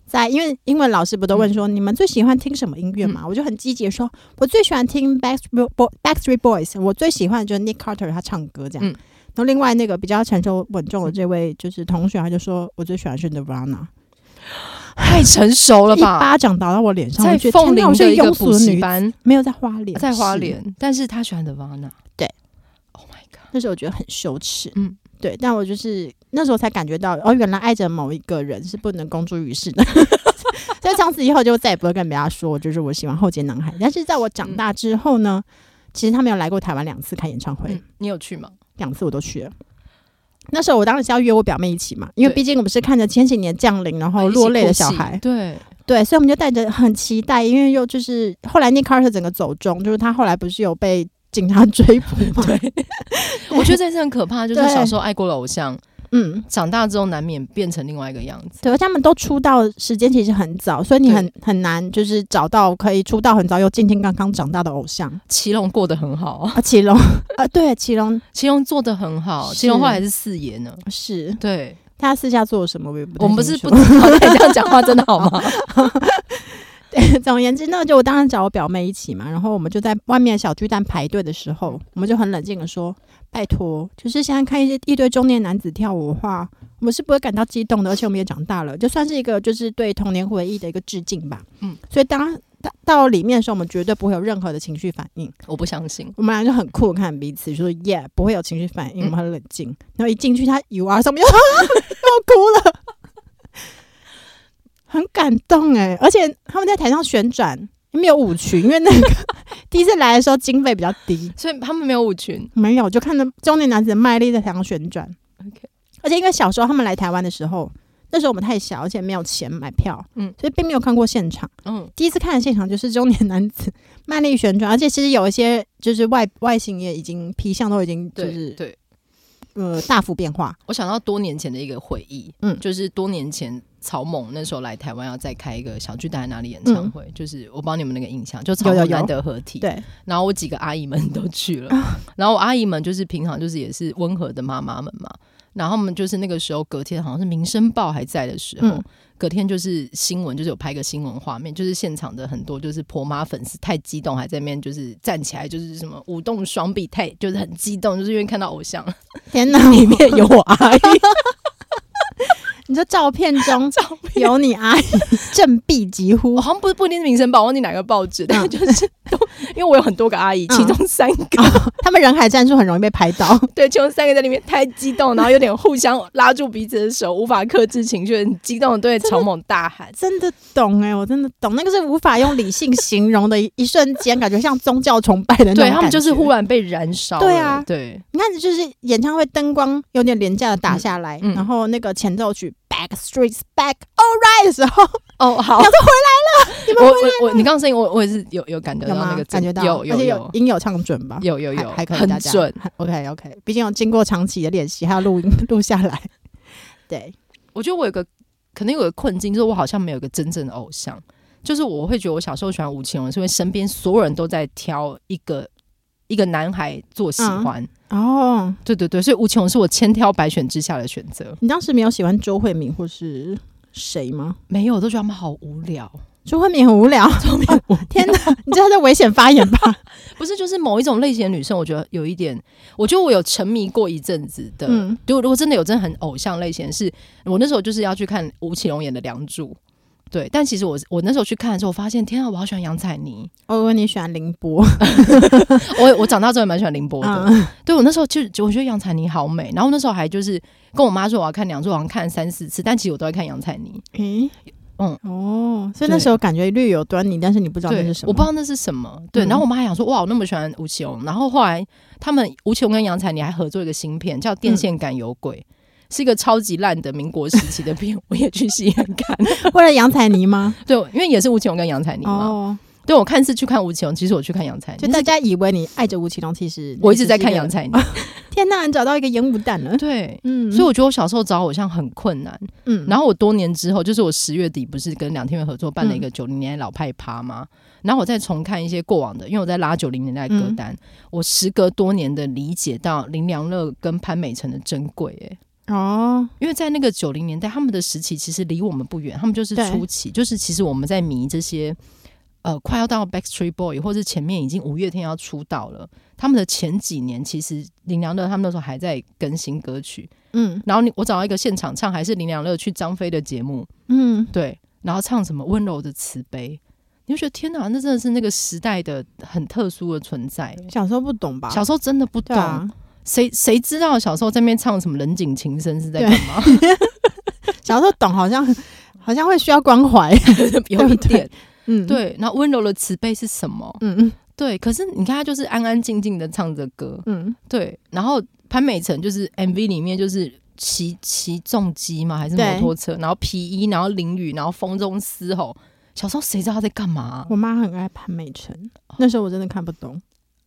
[SPEAKER 4] 在，因为英文老师不都问说、你们最喜欢听什么音乐
[SPEAKER 3] 嗯
[SPEAKER 4] 嘛？我就很积极地说，我最喜欢听 Backstreet Bo- Backstreet Boys，我最喜欢的就是 Nick Carter 他唱歌这
[SPEAKER 3] 嗯
[SPEAKER 4] 样。然后另外那个比较成熟稳重的这位就是同学，他就说我最喜欢是 Nirvana。
[SPEAKER 3] 太成熟了
[SPEAKER 4] 一
[SPEAKER 3] 吧？
[SPEAKER 4] 巴掌打到我脸上，
[SPEAKER 3] 在
[SPEAKER 4] 我觉得
[SPEAKER 3] 凤
[SPEAKER 4] 天哪
[SPEAKER 3] 林
[SPEAKER 4] 我是
[SPEAKER 3] 的一个
[SPEAKER 4] 庸俗
[SPEAKER 3] 补
[SPEAKER 4] 的
[SPEAKER 3] 习
[SPEAKER 4] 女子，
[SPEAKER 3] 班，
[SPEAKER 4] 没有在花莲，
[SPEAKER 3] 在花
[SPEAKER 4] 是
[SPEAKER 3] 莲，但是他喜欢的 Vana，
[SPEAKER 4] 对
[SPEAKER 3] ，Oh my god，
[SPEAKER 4] 那时候我觉得很羞耻，
[SPEAKER 3] 嗯
[SPEAKER 4] 嗯，对，但我就是那时候才感觉到，哦，原来爱着某一个人是不能公诸于世的。 所以从此以后就再也不会跟别人说，就是我喜欢后街男孩。但是在我
[SPEAKER 3] 嗯
[SPEAKER 4] 长大之后呢，其实他们有来过台湾两次看演唱会，
[SPEAKER 3] 嗯，你有去吗？
[SPEAKER 4] 两、次我都去了。那时候我当然是要约我表妹一起嘛，因为
[SPEAKER 3] 对啊
[SPEAKER 4] 毕竟我们是看着千禧年降临，然后
[SPEAKER 3] 一起
[SPEAKER 4] 哦落泪的
[SPEAKER 3] 哭
[SPEAKER 4] 小
[SPEAKER 3] 泣
[SPEAKER 4] 孩，
[SPEAKER 3] 对，
[SPEAKER 4] 对，所以我们就带着很期待，因为又就是后来 Nick Carter 整个走中，就是他后来不是有被警察追捕嘛，
[SPEAKER 3] 我觉得这是很可怕，就是
[SPEAKER 4] 对
[SPEAKER 3] 小时候爱过的偶像，
[SPEAKER 4] 嗯，
[SPEAKER 3] 长大之后难免变成另外一个样子。
[SPEAKER 4] 对，他们都出道时间其实很早，所以你很很难就是找到可以出道很早又健健康康长大的偶像
[SPEAKER 3] 祁隆过得很好啊，
[SPEAKER 4] 啊。祁隆啊，对，祁隆
[SPEAKER 3] 祁隆做的很好，
[SPEAKER 4] 是
[SPEAKER 3] 祁隆后来是四爷呢。
[SPEAKER 4] 是
[SPEAKER 3] 对，
[SPEAKER 4] 他私下做了什么，我也不太
[SPEAKER 3] 我们不是
[SPEAKER 4] 清
[SPEAKER 3] 不
[SPEAKER 4] 楚
[SPEAKER 3] 知道，但你这样讲话真的好 吗？
[SPEAKER 4] 对， 总而言之，那就我当然找我表妹一起嘛，然后我们就在外面小巨蛋排队的时候，我们就很冷静的说：“拜托，就是现在看一些一堆中年男子跳舞的话，我们是不会感到激动的，而且我们也长大了，就算是一个就是对童年回忆的一个致敬吧。”
[SPEAKER 3] 嗯
[SPEAKER 4] 嗯，所以当到到里面的时候，我们绝对不会有任何的情绪反应。
[SPEAKER 3] 我不相信，
[SPEAKER 4] 我们俩就很酷地看彼此，说耶，不会有情绪反
[SPEAKER 3] 嗯
[SPEAKER 4] 应，我们很冷静。然后一进去，他 you are 什么又 又哭了，很感动哎！而且他们在台上旋转，没有舞曲，因为 那个第一次来的时候经费比较低，
[SPEAKER 3] 所以他们没有舞群。
[SPEAKER 4] 没有就看到中年男子的卖力在台上旋转。
[SPEAKER 3] OK
[SPEAKER 4] 而且因为小时候他们来台湾的时候，那时候我们太小，而且没有钱买票，
[SPEAKER 3] 嗯
[SPEAKER 4] 嗯，所以并没有看过现场。
[SPEAKER 3] 嗯，
[SPEAKER 4] 第一次看的现场就是中年男子卖力旋转，而且其实有一些就是外外形也已经皮相都已经就
[SPEAKER 3] 对
[SPEAKER 4] 是
[SPEAKER 3] 对，
[SPEAKER 4] 呃大幅变化。
[SPEAKER 3] 我想到多年前的一个回忆，嗯，
[SPEAKER 4] 嗯
[SPEAKER 3] 就是多年前曹猛那时候来台湾要再开一个小巨蛋还哪里演唱会，就是我帮你们那个印象，就曹
[SPEAKER 4] 有有
[SPEAKER 3] 猛
[SPEAKER 4] 有
[SPEAKER 3] 难得合体，
[SPEAKER 4] 对，
[SPEAKER 3] 然后我
[SPEAKER 4] 啊
[SPEAKER 3] 几个阿姨们都去了，然后我阿姨们就是平常就是也是温和的妈妈们嘛，然后我们就是那个时候隔天好像是《民生报》还在的时候，
[SPEAKER 4] 嗯
[SPEAKER 3] 隔天就是新闻，就是有拍个新闻画面，就是现场的很多就是婆妈粉丝太激动，还在那边就是站起来，就是什么舞动双臂，太就是很激动，就是因为看到偶像
[SPEAKER 4] 嗯天哪，
[SPEAKER 3] 里面有我 阿姨，
[SPEAKER 4] 你说照片中有你阿姨振臂疾呼 哦
[SPEAKER 3] 我，哦好像不不一定是《民生报》，我忘记哪个报纸，但就是都因为我有很多个阿姨，
[SPEAKER 4] 嗯
[SPEAKER 3] 其中三个、
[SPEAKER 4] 他们人海战术很容易被拍到。
[SPEAKER 3] 对，其中三个在里面太激动，然后有点互相拉住彼此的手，无法克制情绪，很激动的对
[SPEAKER 4] 真的
[SPEAKER 3] 草蜢大喊。
[SPEAKER 4] 真的懂哎、我真的懂，那个是无法用理性形容的一一瞬间，感觉像宗教崇拜的那种
[SPEAKER 3] 对他们就是忽
[SPEAKER 4] 然，
[SPEAKER 3] 然被燃烧了，
[SPEAKER 4] 对啊
[SPEAKER 3] 对，
[SPEAKER 4] 你看，就是演唱会灯光有点廉价的打下来，
[SPEAKER 3] 嗯嗯
[SPEAKER 4] 然后那个前奏曲 Back Streets Back All Right 的时候，
[SPEAKER 3] 哦， 好，
[SPEAKER 4] 想
[SPEAKER 3] 回来了，我我我，你刚刚声音我我也是有有感觉
[SPEAKER 4] 有
[SPEAKER 3] 到那
[SPEAKER 4] 吗
[SPEAKER 3] 个？
[SPEAKER 4] 感觉到，
[SPEAKER 3] 有
[SPEAKER 4] 而
[SPEAKER 3] 有
[SPEAKER 4] 且
[SPEAKER 3] 有
[SPEAKER 4] 音有唱准吧？
[SPEAKER 3] 有有
[SPEAKER 4] 还
[SPEAKER 3] 有，
[SPEAKER 4] 还可以，
[SPEAKER 3] 很
[SPEAKER 4] 大家
[SPEAKER 3] 准。。
[SPEAKER 4] OK OK，毕竟有经过长期的练习，还有录音 录下来。对，
[SPEAKER 3] 我觉得我有个可能有个困境，就是我好像没有一个真正的偶像，就是我会觉得我小时候喜欢吴奇隆，是因为身边所有人都在挑一个一个男孩做喜
[SPEAKER 4] 嗯
[SPEAKER 3] 欢，
[SPEAKER 4] 哦，
[SPEAKER 3] 对对对，所以吴奇隆是我千挑百选之下的选择。
[SPEAKER 4] 你当时没有喜欢周慧敏或是谁吗？
[SPEAKER 3] 没有，我都觉得他们好无聊，
[SPEAKER 4] 周慧敏很无聊， 天哪，你知道她在危险发言吧？
[SPEAKER 3] 不是就是某一种类型的女生，我觉得有一点，我觉得我有沉迷过一阵子的。
[SPEAKER 4] 嗯
[SPEAKER 3] 如果如果真的有真的很偶像类型的是，我那时候就是要去看吴奇隆演的《梁祝》，对。但其实我我那时候去看的时候，我发现天啊，我好喜欢杨采妮。
[SPEAKER 4] 我以为你喜欢凌波，
[SPEAKER 3] 我我长大之后也蛮喜欢凌波的。
[SPEAKER 4] 嗯，
[SPEAKER 3] 对我那时候就就我觉得杨采妮好美，然后那时候还就是跟我妈说我要看《梁祝》，我好像看了三四次，但其实我都在看杨采妮。
[SPEAKER 4] 诶，
[SPEAKER 3] 嗯，
[SPEAKER 4] 哦，所以
[SPEAKER 3] 对
[SPEAKER 4] 那时候感觉略有端倪，但是你不知道那
[SPEAKER 3] 对
[SPEAKER 4] 是，什么，
[SPEAKER 3] 我不知道那是什么。对，
[SPEAKER 4] 嗯
[SPEAKER 3] 然后我妈还想说，哇，我那么喜欢吴奇隆。然后后来他们吴奇隆跟杨采妮还合作一个新片，叫《电线杆有鬼》。
[SPEAKER 4] 嗯
[SPEAKER 3] 是一个超级烂的民国时期的片，我也去戏院 看。
[SPEAKER 4] 为了杨采 妮吗？
[SPEAKER 3] 对，因为也是吴奇隆跟杨采妮嘛。
[SPEAKER 4] 哦，
[SPEAKER 3] 对，我看是去看吴奇隆，其实我去看杨采妮。
[SPEAKER 4] 就
[SPEAKER 3] 但
[SPEAKER 4] 大
[SPEAKER 3] 是
[SPEAKER 4] 家以为你爱着吴奇隆，其实
[SPEAKER 3] 我一直在看杨
[SPEAKER 4] 杨
[SPEAKER 3] 采
[SPEAKER 4] 采。
[SPEAKER 3] 妮。
[SPEAKER 4] 天哪，你找到一个烟雾弹了。
[SPEAKER 3] 对，
[SPEAKER 4] 嗯
[SPEAKER 3] 所以我觉得我小时候找偶像很困难。
[SPEAKER 4] 嗯
[SPEAKER 3] 然
[SPEAKER 4] 后
[SPEAKER 3] 后我多年之后，就是我十月底不是跟梁天元合作办了一
[SPEAKER 4] 嗯
[SPEAKER 3] 个九零年代老派趴吗？然后我再重看一些过往的，因为我在拉九零年代歌单，
[SPEAKER 4] 嗯
[SPEAKER 3] 我时隔多年的理解到林良乐跟潘美辰的珍贵、欸，
[SPEAKER 4] 哦，
[SPEAKER 3] 因为在那个九零年代，他们的时期其实离我们不远，他们就是
[SPEAKER 4] 对
[SPEAKER 3] 初期，就是其实我们在迷这些。呃，快要到 Backstreet Boy，或是前面已经五月天要出道了，他们的前几年其实林良乐他们那时候还在更新歌曲，
[SPEAKER 4] 嗯
[SPEAKER 3] 然后你我找到一个现场唱，还是林良乐去张飞的节目，
[SPEAKER 4] 嗯，
[SPEAKER 3] 对，然后唱什么温柔的慈悲，你就觉得天哪，那真的是那个时代的很特殊的存在。
[SPEAKER 4] 小时候不懂吧？
[SPEAKER 3] 小时候真的不
[SPEAKER 4] 对
[SPEAKER 3] 懂，
[SPEAKER 4] 啊，
[SPEAKER 3] 谁谁知道小时候在那边唱什么人景情深是在
[SPEAKER 4] 对
[SPEAKER 3] 干嘛？
[SPEAKER 4] 小时候懂好像好像会需要关怀，
[SPEAKER 3] 有一
[SPEAKER 4] 对不对
[SPEAKER 3] 点
[SPEAKER 4] 嗯，，
[SPEAKER 3] 对，然后温柔的慈悲是什么？
[SPEAKER 4] 嗯嗯
[SPEAKER 3] 对，可是你看他就是安安静静的唱着歌，
[SPEAKER 4] 嗯，
[SPEAKER 3] 对，然后潘美辰就是 MV 里面就是骑骑重机嘛，还是
[SPEAKER 4] 对
[SPEAKER 3] 摩托车，然后皮衣，然后淋雨，然后风中嘶吼。小时候谁知道他在干嘛啊、
[SPEAKER 4] 我妈很爱潘美辰，那时候我真的看不懂，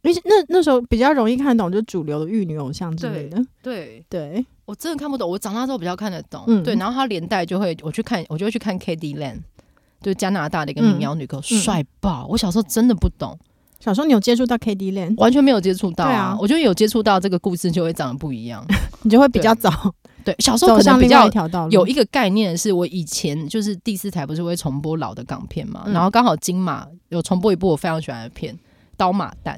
[SPEAKER 4] 而且那那时候比较容易看懂，就是主流的玉女偶像之类的，
[SPEAKER 3] 对
[SPEAKER 4] 对，
[SPEAKER 3] 我真的看不懂，我长大之后比较看得懂。
[SPEAKER 4] 嗯
[SPEAKER 3] 对，然后他连带就会，我去看，我就会去看 k d Land，就是加拿大的一个民谣女歌，手，
[SPEAKER 4] 嗯
[SPEAKER 3] 帅爆！我小时候真的不懂，
[SPEAKER 4] 小时候你有接触到 K D Land，
[SPEAKER 3] 完全没有接触到
[SPEAKER 4] 对啊
[SPEAKER 3] 我觉得有接触到这个故事就会长得不一 样。
[SPEAKER 4] 你就会比较早
[SPEAKER 3] 对，小时候
[SPEAKER 4] 走
[SPEAKER 3] 可能
[SPEAKER 4] 上
[SPEAKER 3] 比
[SPEAKER 4] 另外
[SPEAKER 3] 较
[SPEAKER 4] 一条道路，
[SPEAKER 3] 有一个概念是我以前就是第四台不是会重播老的港片嘛，
[SPEAKER 4] 嗯
[SPEAKER 3] 然后刚好金马有重播一部我非常喜欢的片《刀马旦》。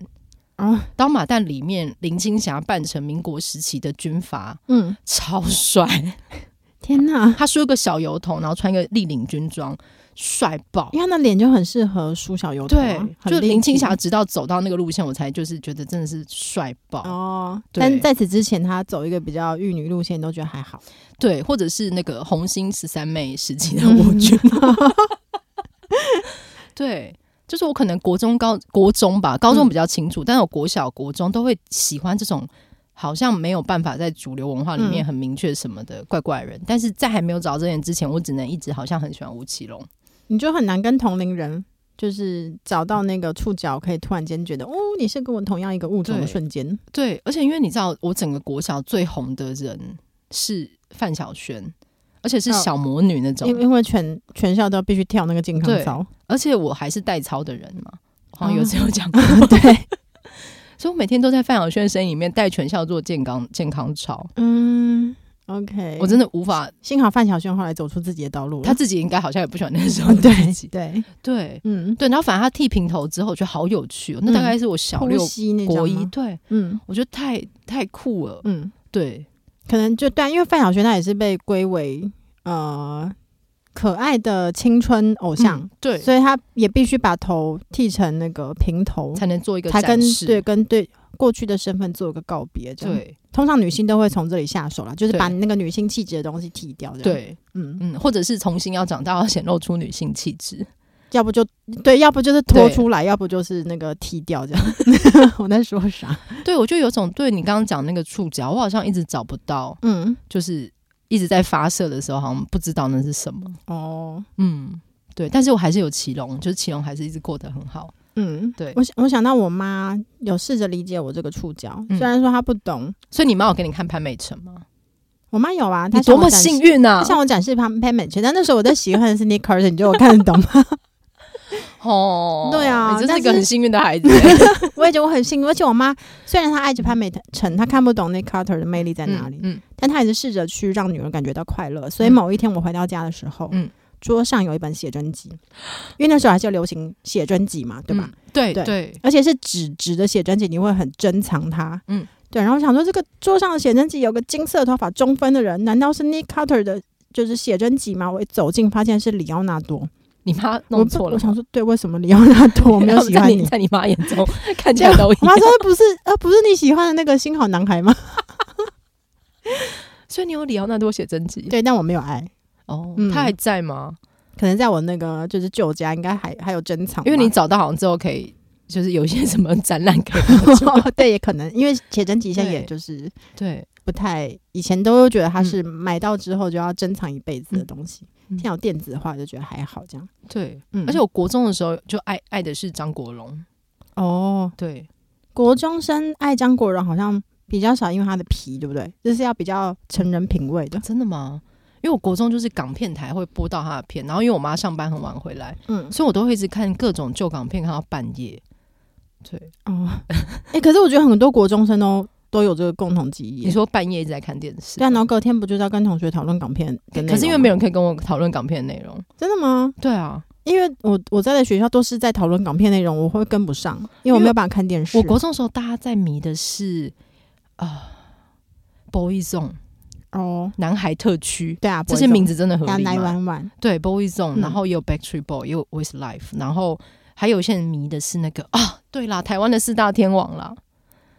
[SPEAKER 4] 啊，
[SPEAKER 3] 《刀马旦》里面林青霞扮成民国时期的军阀，
[SPEAKER 4] 嗯，
[SPEAKER 3] 超帅。
[SPEAKER 4] 天哪，
[SPEAKER 3] 他梳个小油头，然后穿一个立领军装，帅爆
[SPEAKER 4] 因。为她的脸就很适合梳小油头
[SPEAKER 3] 对
[SPEAKER 4] 啊，，
[SPEAKER 3] 就
[SPEAKER 4] 很立
[SPEAKER 3] 林青
[SPEAKER 4] 体
[SPEAKER 3] 霞直到走到那个路线，我才就是觉得真的是帅爆。
[SPEAKER 4] 哦，
[SPEAKER 3] 对
[SPEAKER 4] 但在此之前，她走一个比较玉女路线，你都觉得还好。
[SPEAKER 3] 对，或者是那个红星十三妹时期的我觉得，
[SPEAKER 4] 嗯
[SPEAKER 3] 对，就是我可能国中高国中吧，高中
[SPEAKER 4] 嗯
[SPEAKER 3] 比较清楚，但是我国小国中都会喜欢这种。好像没有办法在主流文化里面
[SPEAKER 4] 嗯
[SPEAKER 3] 很明确什么的怪怪人，但是在还没有找到这点之前，我只能一直好像很喜欢吴奇隆。
[SPEAKER 4] 你就很难跟同龄人就是找到那个触角，可以突然间觉得哦，你是跟我同样一个物种的
[SPEAKER 3] 对
[SPEAKER 4] 瞬间。
[SPEAKER 3] 对，而且因为你知道，我整个国小最红的人是范晓萱，而且是
[SPEAKER 4] 哦
[SPEAKER 3] 小魔女那种，
[SPEAKER 4] 因因为全全校都必须跳那个健康 操，
[SPEAKER 3] 而且我还是代操的人嘛，我好像有
[SPEAKER 4] 哦
[SPEAKER 3] 次有讲 过，
[SPEAKER 4] 对，
[SPEAKER 3] 所以我每天都在范晓萱的声音里面带全校做健康健康操。
[SPEAKER 4] 嗯， OK，
[SPEAKER 3] 我真的无法。
[SPEAKER 4] 幸好范晓萱后来走出自己的道路了。
[SPEAKER 3] 他自己应该好像也不喜欢那个时候
[SPEAKER 4] 嗯
[SPEAKER 3] 的
[SPEAKER 4] 对
[SPEAKER 3] 自己，
[SPEAKER 4] 对，
[SPEAKER 3] 对
[SPEAKER 4] 嗯，
[SPEAKER 3] 对。然后反正他剃平头之后，我觉得好有趣哦。那大概是我小
[SPEAKER 4] 呼
[SPEAKER 3] 六
[SPEAKER 4] 吸那
[SPEAKER 3] 国
[SPEAKER 4] 张
[SPEAKER 3] 一，
[SPEAKER 4] 吗，
[SPEAKER 3] 对
[SPEAKER 4] 嗯
[SPEAKER 3] 我觉得太太酷了。
[SPEAKER 4] 嗯，
[SPEAKER 3] 对，
[SPEAKER 4] 可能就对啊，因为范晓萱她也是被归为呃可爱的青春偶像，
[SPEAKER 3] 嗯对，
[SPEAKER 4] 所以她也必须把头剃成那个平头，
[SPEAKER 3] 才能做一个
[SPEAKER 4] 才跟
[SPEAKER 3] 展示
[SPEAKER 4] 对跟对过去的身份做个告别。这样，
[SPEAKER 3] 对
[SPEAKER 4] 通常女性都会从这里下手啦，就是
[SPEAKER 3] 对
[SPEAKER 4] 把你那个女性气质的东西剃掉。这样，
[SPEAKER 3] 对，
[SPEAKER 4] 嗯，
[SPEAKER 3] 嗯，或者是重新要长大，要显露出女性气质。
[SPEAKER 4] 要不就对，要不就是拖
[SPEAKER 3] 对
[SPEAKER 4] 出来，要不就是那个剃掉。这样， 我在说啥？
[SPEAKER 3] 对，我就有种对你刚刚讲那个触角，我好像一直找不到，
[SPEAKER 4] 嗯，
[SPEAKER 3] 就是一直在发射的时候，好像不知道那是什么。
[SPEAKER 4] 哦，
[SPEAKER 3] 嗯，对，但是我还是有奇隆，就是奇隆还是一直过得很好。
[SPEAKER 4] 嗯，
[SPEAKER 3] 对
[SPEAKER 4] 我想我想到我妈有试着理解我这个触角，
[SPEAKER 3] 嗯
[SPEAKER 4] 虽然说她不懂，
[SPEAKER 3] 所以你妈有给你看潘美辰吗？
[SPEAKER 4] 我妈有啊，她
[SPEAKER 3] 你多
[SPEAKER 4] 向我
[SPEAKER 3] 么
[SPEAKER 4] 展
[SPEAKER 3] 幸
[SPEAKER 4] 示。
[SPEAKER 3] 运啊
[SPEAKER 4] 她！向我展示潘潘美辰，但那时候我在喜欢的是 Nick Carter，你觉得我看得懂吗？
[SPEAKER 3] 哦，
[SPEAKER 4] 对啊
[SPEAKER 3] 你真
[SPEAKER 4] 但
[SPEAKER 3] 是一个
[SPEAKER 4] 是
[SPEAKER 3] 很幸运的孩子。
[SPEAKER 4] 我也觉得我很幸运，而且我妈虽然她爱着潘美辰，她看不懂 Nick Carter 的魅力在哪里，
[SPEAKER 3] 嗯，
[SPEAKER 4] 但她也是试着去让女儿感觉到快乐。所以
[SPEAKER 3] 嗯
[SPEAKER 4] 某一天我回到家的时候，
[SPEAKER 3] 嗯
[SPEAKER 4] 桌上有一本写真集，因为那时候还是有流行写真集嘛，对吧？
[SPEAKER 3] 嗯？对
[SPEAKER 4] 对
[SPEAKER 3] 对，
[SPEAKER 4] 而且是纸质的写真集，你会很珍藏它。
[SPEAKER 3] 嗯
[SPEAKER 4] 嗯，对。然后我想说，这个桌上的写真集有个金色头发中分的人，难道是 Nick Carter 的？就是写真集吗？我一走近发现是里奥纳多，
[SPEAKER 3] 你妈
[SPEAKER 4] 我
[SPEAKER 3] 弄
[SPEAKER 4] 不
[SPEAKER 3] 错了
[SPEAKER 4] 我
[SPEAKER 3] 吗。
[SPEAKER 4] 想说，对，为什么里奥纳 多我没有喜欢
[SPEAKER 3] 在
[SPEAKER 4] 你啊
[SPEAKER 3] 你，？在你妈眼 中看起来都一
[SPEAKER 4] 我妈
[SPEAKER 3] 样。
[SPEAKER 4] 说不是，呃，不是你喜欢的那个新好男孩吗？
[SPEAKER 3] 所以你有里奥纳多写真集？
[SPEAKER 4] 对，但我没有爱，
[SPEAKER 3] 哦，
[SPEAKER 4] 嗯
[SPEAKER 3] 他还在吗？
[SPEAKER 4] 可能在我那个就是旧家应该还还有珍藏吧，
[SPEAKER 3] 因为 你找到好像之后可以，就是有一些什么展览可以
[SPEAKER 4] 对，也可能因为写真集现在也
[SPEAKER 3] 对
[SPEAKER 4] 就是
[SPEAKER 3] 对，
[SPEAKER 4] 不太，以前都觉得它是买到之后就要珍藏一辈子的东西，
[SPEAKER 3] 嗯
[SPEAKER 4] 现在有电子化就觉得还好这样。
[SPEAKER 3] 对，
[SPEAKER 4] 嗯
[SPEAKER 3] 而且我国中的时候就爱爱的是张国荣，
[SPEAKER 4] 哦，
[SPEAKER 3] 对
[SPEAKER 4] 国中生爱张国荣好像比较少，因为他的皮，对不对？就是要比较成人品味的
[SPEAKER 3] 啊。真的吗？因为我国中就是港片台会播到他的片，然后因为我妈上班很晚回来，
[SPEAKER 4] 嗯，
[SPEAKER 3] 所以我都会一直看各种旧港片，看到半夜。对，
[SPEAKER 4] 哦， 哎、可是我觉得很多国中生都都有这个共同记忆。
[SPEAKER 3] 你说半夜一直在看电视，
[SPEAKER 4] 对啊，然后隔天不就是要跟同学讨论港片的内容吗？
[SPEAKER 3] 欸可是因为没有人可以跟我讨论港片的内容。
[SPEAKER 4] 真的吗？
[SPEAKER 3] 对啊，
[SPEAKER 4] 因为我我在的学校都是在讨论港片内容，我会跟不上，因为我没有办法看电视。
[SPEAKER 3] 我国中的时候大家在迷的是呃啊、b o y Zone
[SPEAKER 4] 哦，
[SPEAKER 3] 男孩特区，
[SPEAKER 4] 对啊，
[SPEAKER 3] 这些名
[SPEAKER 4] 字
[SPEAKER 3] 字真的合
[SPEAKER 4] 还有
[SPEAKER 3] 理吗
[SPEAKER 4] 奶婉婉，
[SPEAKER 3] 对 Boy Zone，
[SPEAKER 4] 嗯
[SPEAKER 3] 然后也有 Backstreet Boy，、也有 Westlife，然后还有一些人迷的是那个啊，对啦，台湾的四大天王啦，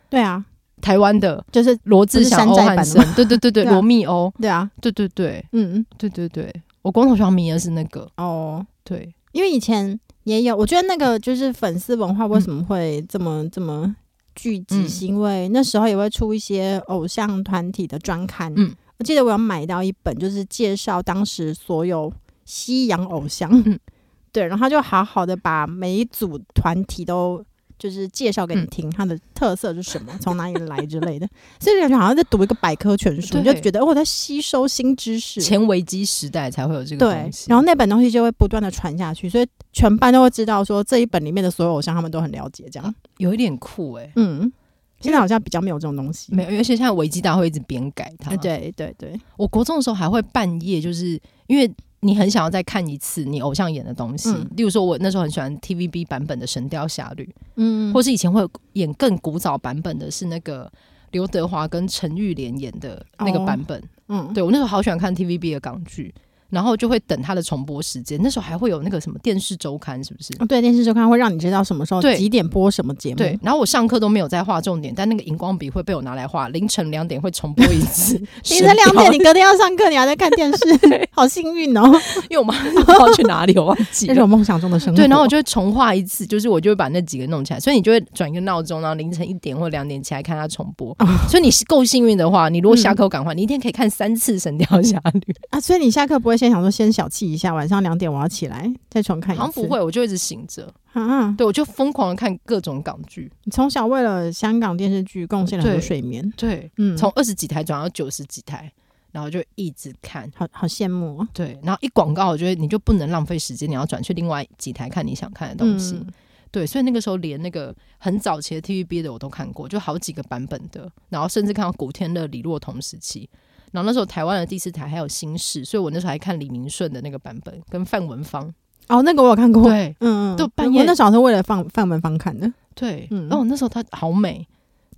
[SPEAKER 4] 对啊，
[SPEAKER 3] 台湾的
[SPEAKER 4] 就是
[SPEAKER 3] 罗志祥、
[SPEAKER 4] 不
[SPEAKER 3] 欧
[SPEAKER 4] 是山
[SPEAKER 3] 汉
[SPEAKER 4] 寨版的
[SPEAKER 3] 生
[SPEAKER 4] 吗，
[SPEAKER 3] 对对对对，
[SPEAKER 4] 对啊
[SPEAKER 3] 罗密欧，
[SPEAKER 4] 对啊，
[SPEAKER 3] 对对对
[SPEAKER 4] 嗯
[SPEAKER 3] 对对对，我光头强迷的是那个，
[SPEAKER 4] 哦，
[SPEAKER 3] 对，
[SPEAKER 4] 因为以前也有，我觉得那个就是粉丝文化为什么会这么、这么聚集，
[SPEAKER 3] 嗯
[SPEAKER 4] 是因为那时候也会出一些偶像团体的专刊。
[SPEAKER 3] 嗯，
[SPEAKER 4] 我记得我有买到一本，就是介绍当时所有西洋偶像。
[SPEAKER 3] 嗯
[SPEAKER 4] 对，然后他就好好的把每一组团体都。就是介绍给你
[SPEAKER 3] 嗯
[SPEAKER 4] 听，它的特色是什么，从哪里来之类的，所以感觉好像在读一个百科全书，你就
[SPEAKER 3] 对
[SPEAKER 4] 觉得哦，我在吸收新知识。
[SPEAKER 3] 前维基时代才会有这个
[SPEAKER 4] 对
[SPEAKER 3] 东，西，
[SPEAKER 4] 然后那本东西就会不断的传下去，所以全班都会知道说这一本里面的所有偶像他们都很了解这样。
[SPEAKER 3] 有一点酷哎、
[SPEAKER 4] 嗯，现在好像比较没有这种东西。
[SPEAKER 3] 没有，而且现在维基大会一直编改它
[SPEAKER 4] 哎，。对对对，
[SPEAKER 3] 我国中的时候还会半夜，就是因为你很想要再看一次你偶像演的东西，
[SPEAKER 4] 嗯
[SPEAKER 3] 例如说，我那时候很喜欢 TVB 版本的《神雕侠侣》，
[SPEAKER 4] 嗯
[SPEAKER 3] 或是以前会有演更古早版本的是那个刘德华跟陈玉莲演的那个版本。
[SPEAKER 4] 嗯，
[SPEAKER 3] 对我那时候好喜欢看 TVB 的港剧，然后就会等它的重播时间。那时候还会有那个什么电视周刊，是不是？
[SPEAKER 4] 哦对，电视周刊会让你知道什么时候
[SPEAKER 3] 对
[SPEAKER 4] 几点播什么节目。，
[SPEAKER 3] 对，，然后我上课都没有在画重点，但那个荧光笔会被我拿来画。凌晨两点会重播一次
[SPEAKER 4] 凌晨两
[SPEAKER 3] 神雕
[SPEAKER 4] 点，你隔天要上课，你还在看电 视，好幸运哦，
[SPEAKER 3] 因为我妈 不知道去哪里，我忘记
[SPEAKER 4] 这是我
[SPEAKER 3] 了。
[SPEAKER 4] 梦想中的生活。
[SPEAKER 3] 对，然后我就会重画一次，就是我就会把那几个弄起来，所以你就会转一个闹钟，然后凌晨一点或两点起来看它重播。
[SPEAKER 4] 哦
[SPEAKER 3] 所以你是够幸运的话，你
[SPEAKER 4] 嗯
[SPEAKER 3] 如果下课赶快，你一天可以看三次《神雕 侠侣
[SPEAKER 4] 啊，所以你下课不会先想说先小憩一下，晚上两点我要起来再重》，看一次？
[SPEAKER 3] 好像不会，我就一直醒着，
[SPEAKER 4] 啊，
[SPEAKER 3] 对我就疯狂的看各种港剧，
[SPEAKER 4] 你从小为了香港电视剧贡献了很多
[SPEAKER 3] 对
[SPEAKER 4] 睡眠。
[SPEAKER 3] 对，
[SPEAKER 4] 嗯，
[SPEAKER 3] 从二十几台转到九十几台，然后就一直看。
[SPEAKER 4] 好好羡慕哦。
[SPEAKER 3] 对，然后一广告，我觉得你就不能浪费时间，你要转去另外几台看你想看的东西。
[SPEAKER 4] 嗯
[SPEAKER 3] 对，所以那个时候连那个很早期的 TVB 的我都看过，就好几个版本的，然后甚至看到古天乐、李若彤时期，然后那时候台湾的第四台还有新视，所以我那时候还看李明顺的那个版本跟范文芳。
[SPEAKER 4] 哦，那个我有看过，
[SPEAKER 3] 对
[SPEAKER 4] 嗯，嗯，
[SPEAKER 3] 都
[SPEAKER 4] 嗯
[SPEAKER 3] 半夜
[SPEAKER 4] 我那时候是为了放范文芳看的，
[SPEAKER 3] 对，
[SPEAKER 4] 嗯
[SPEAKER 3] 然后那时候她好美，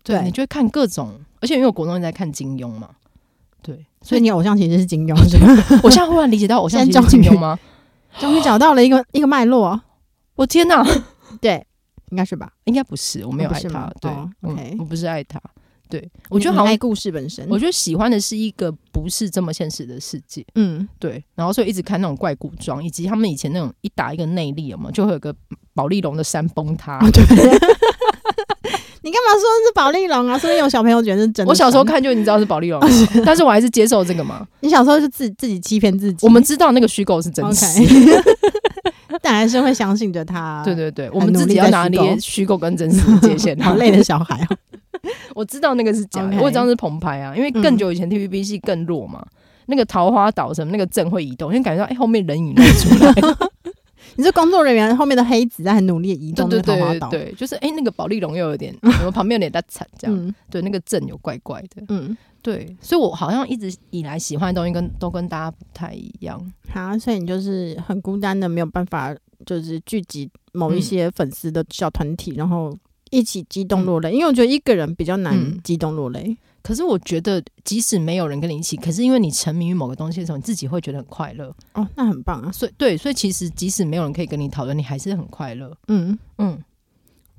[SPEAKER 3] 对
[SPEAKER 4] 对
[SPEAKER 3] 你就会看各种，而且因为我国中也在看金庸 嘛，对，
[SPEAKER 4] 所
[SPEAKER 3] 所以
[SPEAKER 4] 以你偶像其实是金庸，是吧？
[SPEAKER 3] 我现在忽然理解到偶像
[SPEAKER 4] 现
[SPEAKER 3] 其
[SPEAKER 4] 在
[SPEAKER 3] 实是金
[SPEAKER 4] 终于
[SPEAKER 3] 庸吗？
[SPEAKER 4] 终于找到了一个一个脉络，
[SPEAKER 3] 我天哪，
[SPEAKER 4] 对，应该是吧？
[SPEAKER 3] 应该不是，我没有
[SPEAKER 4] 哦不
[SPEAKER 3] 爱
[SPEAKER 4] 是
[SPEAKER 3] 他
[SPEAKER 4] 吗，
[SPEAKER 3] 对
[SPEAKER 4] 哦
[SPEAKER 3] 嗯
[SPEAKER 4] OK
[SPEAKER 3] 我不是爱他，对我觉得
[SPEAKER 4] 你
[SPEAKER 3] 好
[SPEAKER 4] 爱
[SPEAKER 3] 像。
[SPEAKER 4] 故事本身，
[SPEAKER 3] 我觉得喜欢的是一个不是这么现实的世界，
[SPEAKER 4] 嗯，
[SPEAKER 3] 对，然后所以一直看那种怪古装，以及他们以前那种一打一个内力，有没有就会有个保利龙的山崩塌。
[SPEAKER 4] 对。 你干嘛说是宝丽龙啊？说不定有小朋友觉得是真的。哦
[SPEAKER 3] 我小时候，看就已经知道是保利龙了，但是我还是接受这个 嘛。
[SPEAKER 4] 你小时候是自自己欺骗自己。
[SPEAKER 3] 我们知道那个虚构是真实
[SPEAKER 4] OK，但还是会相信着他。
[SPEAKER 3] 对，对对，我们自己要拿捏 虚构跟真实的界限。
[SPEAKER 4] 好累的小孩哦。
[SPEAKER 3] 我知道那个是假的，
[SPEAKER 4] OK 嗯
[SPEAKER 3] 我也知道是棚拍啊，因为更久以前 TVB 戏更弱嘛。那个桃花岛什么那个阵会移动，因为感觉到哎、后面人影露 出来，
[SPEAKER 4] 你是工作人员后面的黑子在很努力地移
[SPEAKER 3] 对
[SPEAKER 4] 动那
[SPEAKER 3] 对
[SPEAKER 4] 个桃花
[SPEAKER 3] 对
[SPEAKER 4] 岛。
[SPEAKER 3] 对，就是哎、那个保利龙又有 点，我旁边有点大惨这样，
[SPEAKER 4] 嗯
[SPEAKER 3] 对那个阵有怪怪的，
[SPEAKER 4] 嗯，
[SPEAKER 3] 对，所以我好像一直以来喜欢的东西跟都跟大家不太一样，
[SPEAKER 4] 好，啊所以你就是很孤单的，没有办法，就是聚集某一
[SPEAKER 3] 嗯
[SPEAKER 4] 些粉丝的小团体，然后一起激动落泪。因为我觉得一个人比较
[SPEAKER 3] 嗯
[SPEAKER 4] 难激动落泪。
[SPEAKER 3] 可是我觉得即使没有人跟你一起，可是因为你沉迷于某个东西的时候，你自己会觉得很快乐，
[SPEAKER 4] 哦，那很棒啊。
[SPEAKER 3] 所以对，所以其实即使没有人可以跟你讨论，你还是很快乐，
[SPEAKER 4] 嗯，
[SPEAKER 3] 嗯。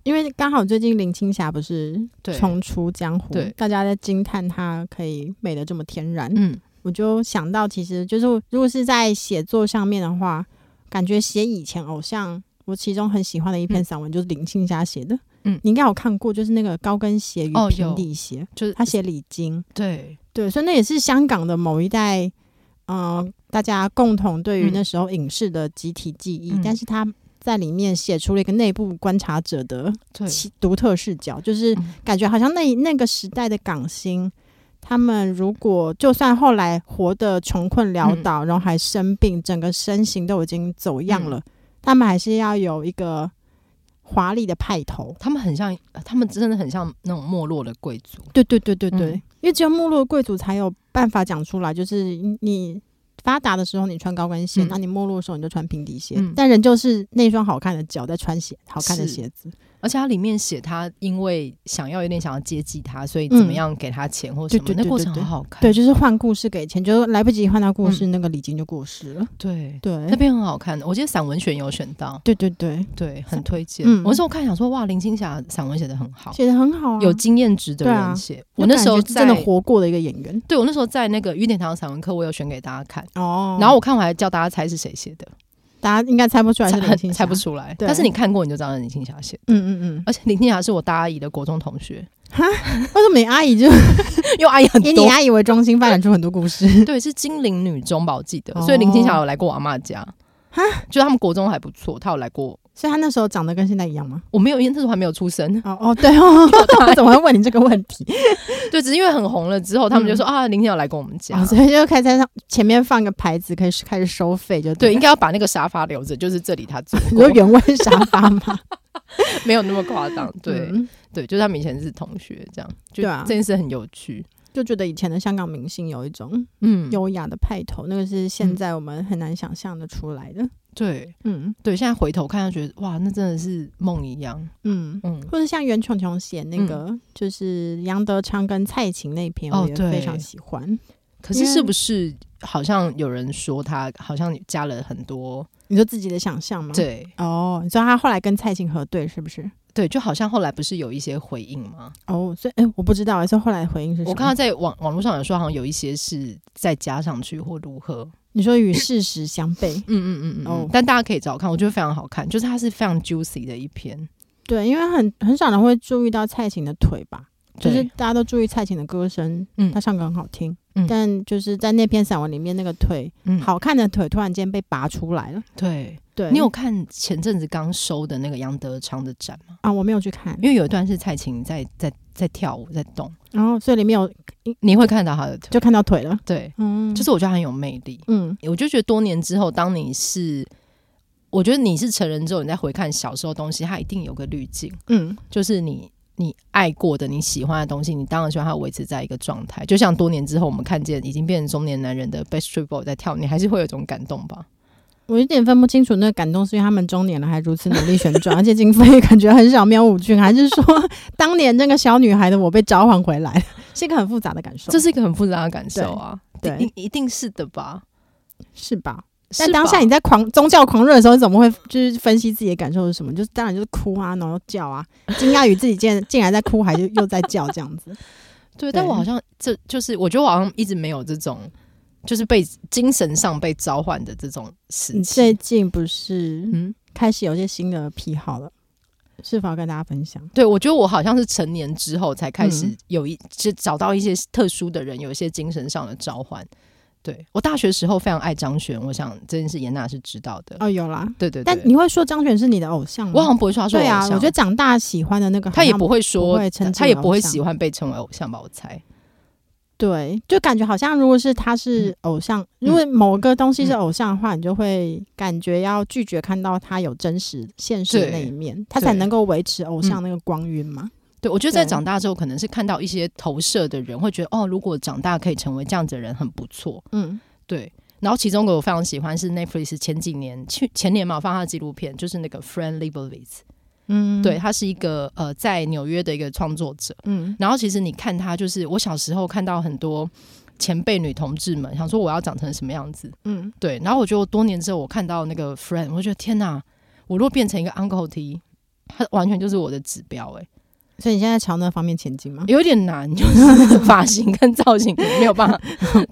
[SPEAKER 4] 因为刚好最近林青霞不是
[SPEAKER 3] 对
[SPEAKER 4] 重出江湖
[SPEAKER 3] 对，
[SPEAKER 4] 大家在惊叹她可以美的这么天然。
[SPEAKER 3] 嗯，
[SPEAKER 4] 我就想到，其实就是如果是在写作上面的话，感觉写以前偶像，我其中很喜欢的一篇散文就是林青霞写的。
[SPEAKER 3] 嗯
[SPEAKER 4] 你应该有看过，就是那个高跟鞋与
[SPEAKER 3] 哦有
[SPEAKER 4] 平底鞋，
[SPEAKER 3] 就是
[SPEAKER 4] 他写李菁，
[SPEAKER 3] 对，
[SPEAKER 4] 对，所以那也是香港的某一代，嗯、大家共同对
[SPEAKER 3] 嗯
[SPEAKER 4] 于那时候影视的集体记忆，
[SPEAKER 3] 嗯
[SPEAKER 4] 但是他在里面写出了一个内部观察者的
[SPEAKER 3] 对
[SPEAKER 4] 其独特视角，就是
[SPEAKER 3] 嗯
[SPEAKER 4] 感觉好像那那个时代的港星，他们如果就算后来活得穷困潦
[SPEAKER 3] 嗯
[SPEAKER 4] 倒，然后还生病，整个身形都已经走样
[SPEAKER 3] 嗯
[SPEAKER 4] 了，他们还是要有一个华丽的派头。
[SPEAKER 3] 他们很像，他们真的很像那种没落的贵族。
[SPEAKER 4] 对对对对对，
[SPEAKER 3] 嗯
[SPEAKER 4] 因为只有没落贵族才有办法讲出来，就是你。发达的时候你穿高跟鞋，
[SPEAKER 3] 嗯
[SPEAKER 4] 那你没落的时候你就穿平底鞋，
[SPEAKER 3] 嗯
[SPEAKER 4] 但人就是那双好看的脚在穿鞋好看的
[SPEAKER 3] 是
[SPEAKER 4] 鞋子，
[SPEAKER 3] 而且它里面写他因为想要有点想要接济他，所以怎么样给他钱或什么，
[SPEAKER 4] 嗯对对对
[SPEAKER 3] 那过
[SPEAKER 4] 对
[SPEAKER 3] 程
[SPEAKER 4] 对
[SPEAKER 3] 好好看。
[SPEAKER 4] 对，就是换故事给钱，就是来不及换到故事，那个李菁就过世了。
[SPEAKER 3] 嗯对那
[SPEAKER 4] 对，
[SPEAKER 3] 边很好看的，我记得散文选有选到，
[SPEAKER 4] 对对对，
[SPEAKER 3] 对，很推荐。
[SPEAKER 4] 嗯
[SPEAKER 3] 我那时候看想说，哇，林青霞散文写的很好，
[SPEAKER 4] 写的很好啊，
[SPEAKER 3] 有经验值的
[SPEAKER 4] 对啊
[SPEAKER 3] 人写。我那时候
[SPEAKER 4] 就感觉是真的
[SPEAKER 3] 在
[SPEAKER 4] 活过的一个演员
[SPEAKER 3] 对我那时候在那个雨点堂散文课，我有选给大家看。
[SPEAKER 4] 哦
[SPEAKER 3] 然后我看完还叫大家猜是谁写的，
[SPEAKER 4] 大家应该猜不出来啊是林
[SPEAKER 3] 猜
[SPEAKER 4] 青霞，
[SPEAKER 3] 猜不，出来。
[SPEAKER 4] 对
[SPEAKER 3] 但是你看过你就知道是林青霞写的，
[SPEAKER 4] 嗯嗯
[SPEAKER 3] 而且林青霞是我大阿姨的国中同 学，
[SPEAKER 4] 嗯，为什么你阿姨就
[SPEAKER 3] 因为阿姨很
[SPEAKER 4] 以
[SPEAKER 3] 多
[SPEAKER 4] 你阿姨为中心发展出很多故事？
[SPEAKER 3] 对，是金陵女中吧，我记得。
[SPEAKER 4] 哦
[SPEAKER 3] 所以林青霞有来过我阿妈家，
[SPEAKER 4] 哈
[SPEAKER 3] 就他们国中还不错，她有来过。
[SPEAKER 4] 所以她那时候长得跟现在一样吗？。
[SPEAKER 3] 我没有，因为那时候还没有出生
[SPEAKER 4] 哦哦，对哦，我怎么会问你这个问题？
[SPEAKER 3] 对，只是因为很红了之后，他们就说、啊，林青霞有来过我们家。
[SPEAKER 4] 嗯哦所以就可以在上前面放个牌子，可以开始收费，就
[SPEAKER 3] 对，
[SPEAKER 4] 了
[SPEAKER 3] 应。该要把那个沙发留着，就是这里她坐
[SPEAKER 4] 你
[SPEAKER 3] 过
[SPEAKER 4] 说，原味沙发 嗯吗？
[SPEAKER 3] 没有那么夸张。对、
[SPEAKER 4] 嗯
[SPEAKER 3] 对，就是他们以前是同学，这样就
[SPEAKER 4] 对啊
[SPEAKER 3] 这件事很有趣。
[SPEAKER 4] 就觉得以前的香港明星有一种
[SPEAKER 3] 嗯，
[SPEAKER 4] 优雅的派头，那个是现在我们很难想象的出来的。
[SPEAKER 3] 对
[SPEAKER 4] 嗯
[SPEAKER 3] 对，现在回头看，觉得哇，那真的是梦一样。
[SPEAKER 4] 嗯，
[SPEAKER 3] 嗯，
[SPEAKER 4] 或者像袁琼琼写那个，就是杨德昌跟蔡琴那篇，
[SPEAKER 3] 哦
[SPEAKER 4] 我也
[SPEAKER 3] 对
[SPEAKER 4] 非常喜欢。
[SPEAKER 3] 可是
[SPEAKER 4] 因为
[SPEAKER 3] 是不是好像有人说她好像加了很多？
[SPEAKER 4] 你说自己的想象吗？。
[SPEAKER 3] 对
[SPEAKER 4] 哦，你知道他后来跟蔡琴核对是不是？
[SPEAKER 3] 对，就好像后来不是有一些回应吗？
[SPEAKER 4] 哦，所以哎、我不知道欸，所以后来回应是什么？
[SPEAKER 3] 我看到在网网络上有说，好像有一些是再加上去或如何。，
[SPEAKER 4] 你说与事实相悖
[SPEAKER 3] 嗯嗯嗯哦
[SPEAKER 4] 哦，
[SPEAKER 3] 但大家可以找看，我觉得非常好看，就是它是非常 juicy 的一篇，
[SPEAKER 4] 对，因为很很少人会注意到蔡琴的腿吧，就是
[SPEAKER 3] 对
[SPEAKER 4] 大家都注意蔡琴的歌声，
[SPEAKER 3] 嗯
[SPEAKER 4] 她唱歌很好听，
[SPEAKER 3] 嗯
[SPEAKER 4] 但就是在那篇散文里面，那个腿、
[SPEAKER 3] 嗯
[SPEAKER 4] 好看的腿突然间被拔出来了。
[SPEAKER 3] 对。
[SPEAKER 4] 对，
[SPEAKER 3] 你有看前阵子刚收的那个杨德昌的展吗？
[SPEAKER 4] 啊？我没有去看，
[SPEAKER 3] 因为有一段是蔡琴在在在跳舞在动，
[SPEAKER 4] 然后所以里面有
[SPEAKER 3] 你会看到她的腿，
[SPEAKER 4] 就看到腿了，
[SPEAKER 3] 对，
[SPEAKER 4] 嗯，
[SPEAKER 3] 就是我觉得她很有魅力。
[SPEAKER 4] 嗯，
[SPEAKER 3] 我就觉得多年之后，当你是，我觉得你是成人之后，你再回看小时候的东西，它一定有个滤镜。
[SPEAKER 4] 嗯
[SPEAKER 3] 就是你你爱过的、你喜欢的东西，你当然希望它维持在一个状态。就像多年之后，我们看见已经变成中年男人的 Backstreet Boy 在跳，你还是会有一种感动吧？
[SPEAKER 4] 我有点分不清楚那个感动是因为他们中年了还如此努力旋转，而且经费感觉很少，喵五俊，还是说当年那个小女孩的我被召唤回来了，是一个很复杂的感受，
[SPEAKER 3] 这是一个很复杂的感受啊，
[SPEAKER 4] 对
[SPEAKER 3] 一定一定是的吧？
[SPEAKER 4] 是吧？
[SPEAKER 3] 是
[SPEAKER 4] 但当下
[SPEAKER 3] 吧
[SPEAKER 4] 你在狂宗教狂热的时候，你怎么会就是分析自己的感受是什么？就是当然就是哭啊，然后叫啊，惊讶于自己竟然竟然在哭，还是又在叫这样 子。
[SPEAKER 3] 对，但
[SPEAKER 4] 对
[SPEAKER 3] 我好像这就是，我觉得我好像一直没有这种，就是被精神上被召唤的这种时
[SPEAKER 4] 你最
[SPEAKER 3] 期。
[SPEAKER 4] 近不是
[SPEAKER 3] 嗯，
[SPEAKER 4] 开始有一些新的癖好了，是否要跟大家分享？
[SPEAKER 3] 对，我觉得我好像是成年之后才开始
[SPEAKER 4] 嗯
[SPEAKER 3] 有一，就找到一些特殊的人，有一些精神上的召唤。对我大学时候非常爱张悬，我想这件事严娜是知道的。
[SPEAKER 4] 哦，有啦，
[SPEAKER 3] 对呃对对，
[SPEAKER 4] 但你会说张悬是你的偶像吗？
[SPEAKER 3] 我好像不会说他是
[SPEAKER 4] 对啊，
[SPEAKER 3] 偶
[SPEAKER 4] 我
[SPEAKER 3] 像
[SPEAKER 4] 觉得长大喜欢的那个好
[SPEAKER 3] 他也
[SPEAKER 4] 像
[SPEAKER 3] 不会说
[SPEAKER 4] 不会称之为，
[SPEAKER 3] 他也不会
[SPEAKER 4] 偶像
[SPEAKER 3] 喜欢被称为偶像吧？我猜。
[SPEAKER 4] 对，就感觉好像如果是他是偶像，如果某个东西是偶像的话，你就会感觉要拒绝看到他有真实现实的那一面，他才
[SPEAKER 3] 对
[SPEAKER 4] 能够维持偶像那个光晕嘛。
[SPEAKER 3] 对，我觉得在
[SPEAKER 4] 对
[SPEAKER 3] 长大之后，可能是看到一些投射的人，会觉得哦，如果长大可以成为这样子的人，很不错。
[SPEAKER 4] 嗯，
[SPEAKER 3] 对，然后其中一个我非常喜欢是 Netflix 前几年去前年嘛，我放他的纪录片，就是那个 Fran Lebowitz，、
[SPEAKER 4] 嗯
[SPEAKER 3] 对，，他是一个呃在纽约的一个创作者。
[SPEAKER 4] 嗯，
[SPEAKER 3] 然后其实你看他，就是我小时候看到很多前辈女同志们，想说我要长成什么样子，
[SPEAKER 4] 嗯，
[SPEAKER 3] 对。然后我觉得我多年之后，我看到那个 Fran，我就觉得天哪，我若变成一个 Uncle T，他完全就是我的指标哎、
[SPEAKER 4] 所以你现在朝那方面前进吗？
[SPEAKER 3] 有点难，就是发型跟造型可能没有办法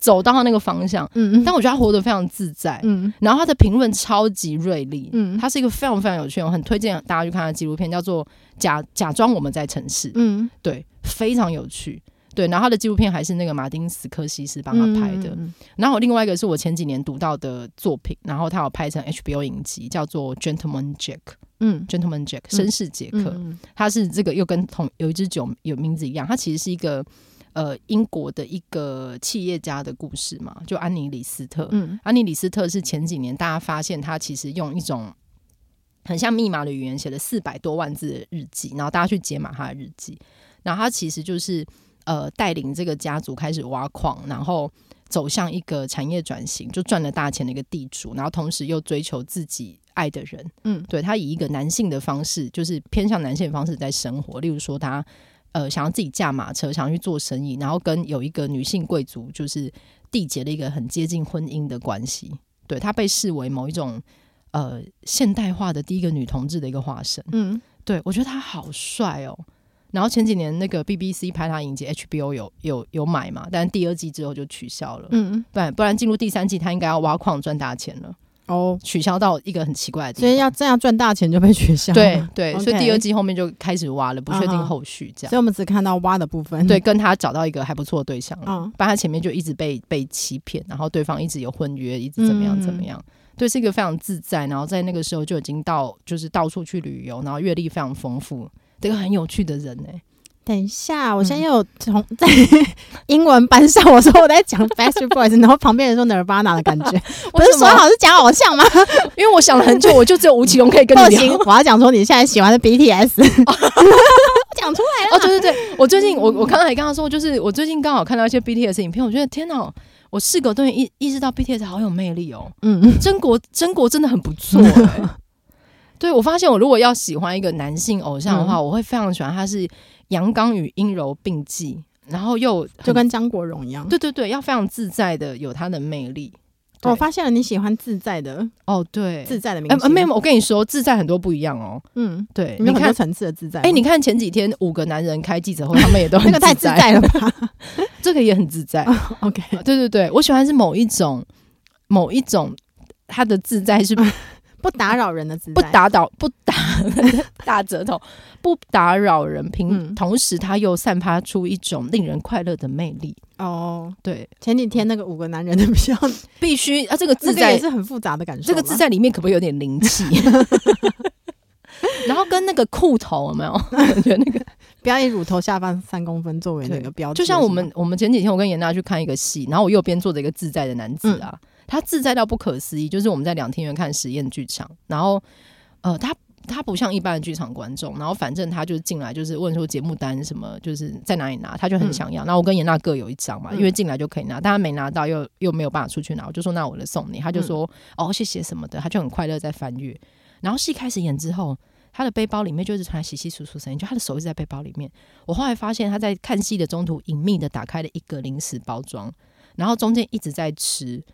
[SPEAKER 3] 走到他那个方向。
[SPEAKER 4] 嗯
[SPEAKER 3] 但我觉得他活得非常自在，
[SPEAKER 4] 嗯
[SPEAKER 3] 然后他的评论超级锐利，
[SPEAKER 4] 嗯
[SPEAKER 3] 他是一个非常非常有趣，我很推荐大家去看他的纪录片，叫做《假假装我们在城市》，
[SPEAKER 4] 嗯，
[SPEAKER 3] 对，非常有趣。对，然后他的纪录片还是那个马丁斯科西斯帮他拍的。
[SPEAKER 4] 嗯
[SPEAKER 3] 然后另外一个是我前几年读到的作品，然后他有拍成 HBO 影集，叫做《Gentleman Jack》
[SPEAKER 4] 嗯
[SPEAKER 3] ，Gentleman Jack 绅士杰克。
[SPEAKER 4] 嗯
[SPEAKER 3] 它是这个又跟同有一支酒有名字一样，它其实是一个呃英国的一个企业家的故事嘛，就安妮李斯特。
[SPEAKER 4] 嗯
[SPEAKER 3] 安妮李斯特是前几年大家发现他其实用一种很像密码的语言写了四百多万字的日记，然后大家去解码他的日记，然后他其实就是呃带领这个家族开始挖矿，然后走向一个产业转型，就赚了大钱的一个地主，然后同时又追求自己爱的人，
[SPEAKER 4] 嗯
[SPEAKER 3] 对他以一个男性的方式，就是偏向男性的方式在生活，例如说他。呃，想要自己驾马车，想要去做生意，然后跟有一个女性贵族就是缔结了一个很接近婚姻的关系。对她被视为某一种呃现代化的第一个女同志的一个化身。
[SPEAKER 4] 嗯
[SPEAKER 3] 对，我觉得他好帅哦。然后前几年那个 BBC 拍他影集，HBO 有有有买嘛，但第二季之后就取消了。
[SPEAKER 4] 嗯，
[SPEAKER 3] 不然不然进入第三季，他应该要挖矿赚大钱了，
[SPEAKER 4] 哦，
[SPEAKER 3] 取消到一个很奇怪的地
[SPEAKER 4] 所
[SPEAKER 3] 方。
[SPEAKER 4] 以要这样赚大钱就被取消。
[SPEAKER 3] 对，对
[SPEAKER 4] OK
[SPEAKER 3] 所以第二季后面就开始挖了，不确定
[SPEAKER 4] 嗯哼
[SPEAKER 3] 后续这
[SPEAKER 4] 所
[SPEAKER 3] 样。
[SPEAKER 4] 以我们只看到挖的部分。
[SPEAKER 3] 对，，跟他找到一个还不错的对象了，
[SPEAKER 4] 嗯
[SPEAKER 3] 不然他前面就一直被被欺骗，然后对方一直有婚约，一直怎么样
[SPEAKER 4] 嗯
[SPEAKER 3] 怎么样。对，是一个非常自在，然后在那个时候就已经到就是到处去旅游，然后阅历非常丰富，这个很有趣的人呢、欸
[SPEAKER 4] 等一下，我
[SPEAKER 3] 嗯
[SPEAKER 4] 现在又有从 在英文班上，我说我在讲 Backstreet Boys，然后旁边人说 Nirvana 的感 觉，不是说好是讲偶像吗？
[SPEAKER 3] 因为我想了很久，我就只有吴奇隆可以跟
[SPEAKER 4] 不
[SPEAKER 3] 你
[SPEAKER 4] 行
[SPEAKER 3] 聊。，
[SPEAKER 4] 我要讲说你现在喜欢 的 BTS，讲出来
[SPEAKER 3] 哦，对对对，我最近我我刚才跟他说，就是我最近刚好看到一些 BTS 影片，我觉得天哪，我事隔多年意意识到 BTS 好有魅力哦，
[SPEAKER 4] 嗯，
[SPEAKER 3] 真国真国真的很不 错、欸。对，我发现我如果要喜欢一个男性偶像的
[SPEAKER 4] 嗯
[SPEAKER 3] 话，我会非常喜欢他是阳刚与阴柔并济，然后又很
[SPEAKER 4] 就跟张国荣一样。
[SPEAKER 3] 对对对，要非常自在的有他的魅力。对
[SPEAKER 4] 我发现了你喜欢自在的
[SPEAKER 3] 哦，对，
[SPEAKER 4] 自在的明
[SPEAKER 3] 哎、
[SPEAKER 4] 星，
[SPEAKER 3] 没有，我跟你说，自在很多不一样哦。
[SPEAKER 4] 嗯，
[SPEAKER 3] 对，
[SPEAKER 4] 你们有很
[SPEAKER 3] 看
[SPEAKER 4] 多层次的自在。
[SPEAKER 3] 哎、你看前几天五个男人开记者会，他们也都很
[SPEAKER 4] 那个太自在了 吧
[SPEAKER 3] 这个也很自 在。
[SPEAKER 4] ？OK，
[SPEAKER 3] 对对对，我喜欢是某一种某一种他的自在是
[SPEAKER 4] 不打扰人的自
[SPEAKER 3] 不
[SPEAKER 4] 在，
[SPEAKER 3] 打扰不打 大舌头不打扰人，平、
[SPEAKER 4] 嗯
[SPEAKER 3] 同时他又散发出一种令人快乐的魅力。
[SPEAKER 4] 哦。
[SPEAKER 3] 对，
[SPEAKER 4] 前几天那个五个男人的比较，
[SPEAKER 3] 必须啊，这个 自
[SPEAKER 4] 那个
[SPEAKER 3] 在
[SPEAKER 4] 也是很复杂的感受吧。
[SPEAKER 3] 这个自在里面可不可以有点灵气？ 然后跟那个裤头有没 有？我觉得那个
[SPEAKER 4] 不要以乳头下方三公分作为那
[SPEAKER 3] 对
[SPEAKER 4] 个标志，
[SPEAKER 3] 就像我们我们前几天我跟严娜去看一个戏，然后我右边坐着一个自在的男子啊，他自在到不可思议，就是我们在两厅院看实验剧场，然后呃，他他不像一般的剧场观众，然后反正他就进来就是问说节目单什么，就是在哪里拿，他就很想要。那、我跟严娜各有一张嘛，
[SPEAKER 4] 嗯
[SPEAKER 3] 因为进来就可以拿，但他没拿到又又没有办法出去拿，我就说那我来送你，他就说、哦谢谢什么的，他就很快乐在翻阅。然后戏开始演之后，他的背包里面就是传来稀稀疏疏声音，就他的手一直在背包里面。我后来发现他在看戏的中途隐秘的打开了一个零食包装，然后中间一直在吃。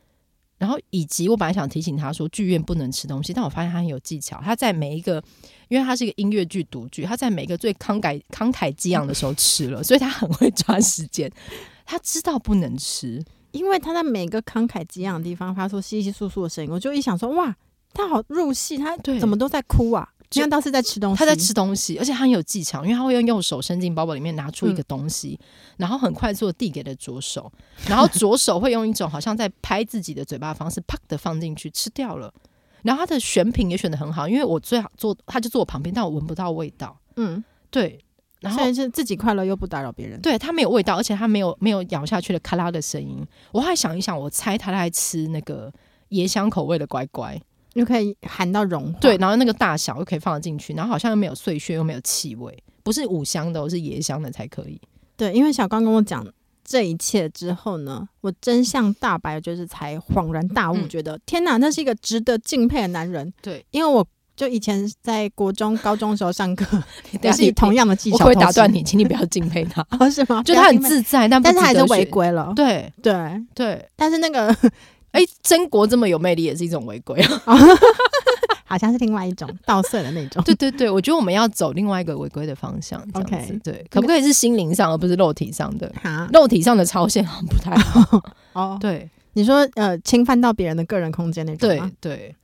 [SPEAKER 3] 然后以及我本来想提醒他说剧院不能吃东西，但我发现他很有技巧，他在每一个，因为他是一个音乐剧独剧，他在每一个最慷慨慷慨激昂的时候吃了，所以他很会抓时间，他知道不能吃，
[SPEAKER 4] 因为他在每个慷慨激昂的地方发出稀稀疏疏的声音，我就一想说，哇，他好入戏，他
[SPEAKER 3] 对
[SPEAKER 4] 怎么都在哭啊？
[SPEAKER 3] 就
[SPEAKER 4] 你看，倒是在吃东西，
[SPEAKER 3] 他在吃东西，而且他很有技巧，因为他会用右手伸进包包里面拿出一个东西，然后很快速的递给了左手， 然后左手会用一种好像在拍自己的嘴巴的方式，啪的放进去吃掉了。然后他的选品也选的很好，因为我最好坐，他就坐我旁边，但我闻不到味道。
[SPEAKER 4] 嗯，
[SPEAKER 3] 对，然后
[SPEAKER 4] 虽然是自己快乐又不打扰别人，
[SPEAKER 3] 对它没有味道，而且它没有没有咬下去的咔啦的声音。我后来想一想，我猜他在吃那个椰香口味的乖乖，
[SPEAKER 4] 又可以喊到融化。
[SPEAKER 3] 对，，然后那个大小又可以放得进去，然后好像又没有碎屑，又没有气味，不是五香的哦，是椰香的才可以。
[SPEAKER 4] 对，因为小刚跟我讲这一切之后呢，我真相大白，就是才恍然大悟，
[SPEAKER 3] 嗯
[SPEAKER 4] 觉得天哪，那是一个值得敬佩的男人。
[SPEAKER 3] 对，
[SPEAKER 4] 因为我就以前在国中、高中的时候上 课，也
[SPEAKER 3] 但
[SPEAKER 4] 是以同样的技
[SPEAKER 3] 我
[SPEAKER 4] 巧
[SPEAKER 3] 会
[SPEAKER 4] 偷
[SPEAKER 3] 打断
[SPEAKER 4] 吃，
[SPEAKER 3] 你，请你不要敬佩他，
[SPEAKER 4] 哦，是吗？
[SPEAKER 3] 就
[SPEAKER 4] 不要
[SPEAKER 3] 他很
[SPEAKER 4] 敬佩，
[SPEAKER 3] 自在， 但不
[SPEAKER 4] 但是还
[SPEAKER 3] 值
[SPEAKER 4] 是
[SPEAKER 3] 得
[SPEAKER 4] 违
[SPEAKER 3] 学。
[SPEAKER 4] 规了。
[SPEAKER 3] 对
[SPEAKER 4] 对，
[SPEAKER 3] 对，
[SPEAKER 4] 但是那个
[SPEAKER 3] 哎，真国这么有魅力也是一种违规。啊
[SPEAKER 4] 好像是另外一种稻穗的那种。
[SPEAKER 3] 对对对，我觉得我们要走另外一个违规的方向。这样
[SPEAKER 4] OK
[SPEAKER 3] 子对，可不可以是心灵上而不是肉体上的？
[SPEAKER 4] 哈
[SPEAKER 3] 肉体上的超限好像不太好。
[SPEAKER 4] 哦，
[SPEAKER 3] 对，
[SPEAKER 4] 你说呃，侵犯到别人的个人空间那种
[SPEAKER 3] 对
[SPEAKER 4] 吗？
[SPEAKER 3] 对，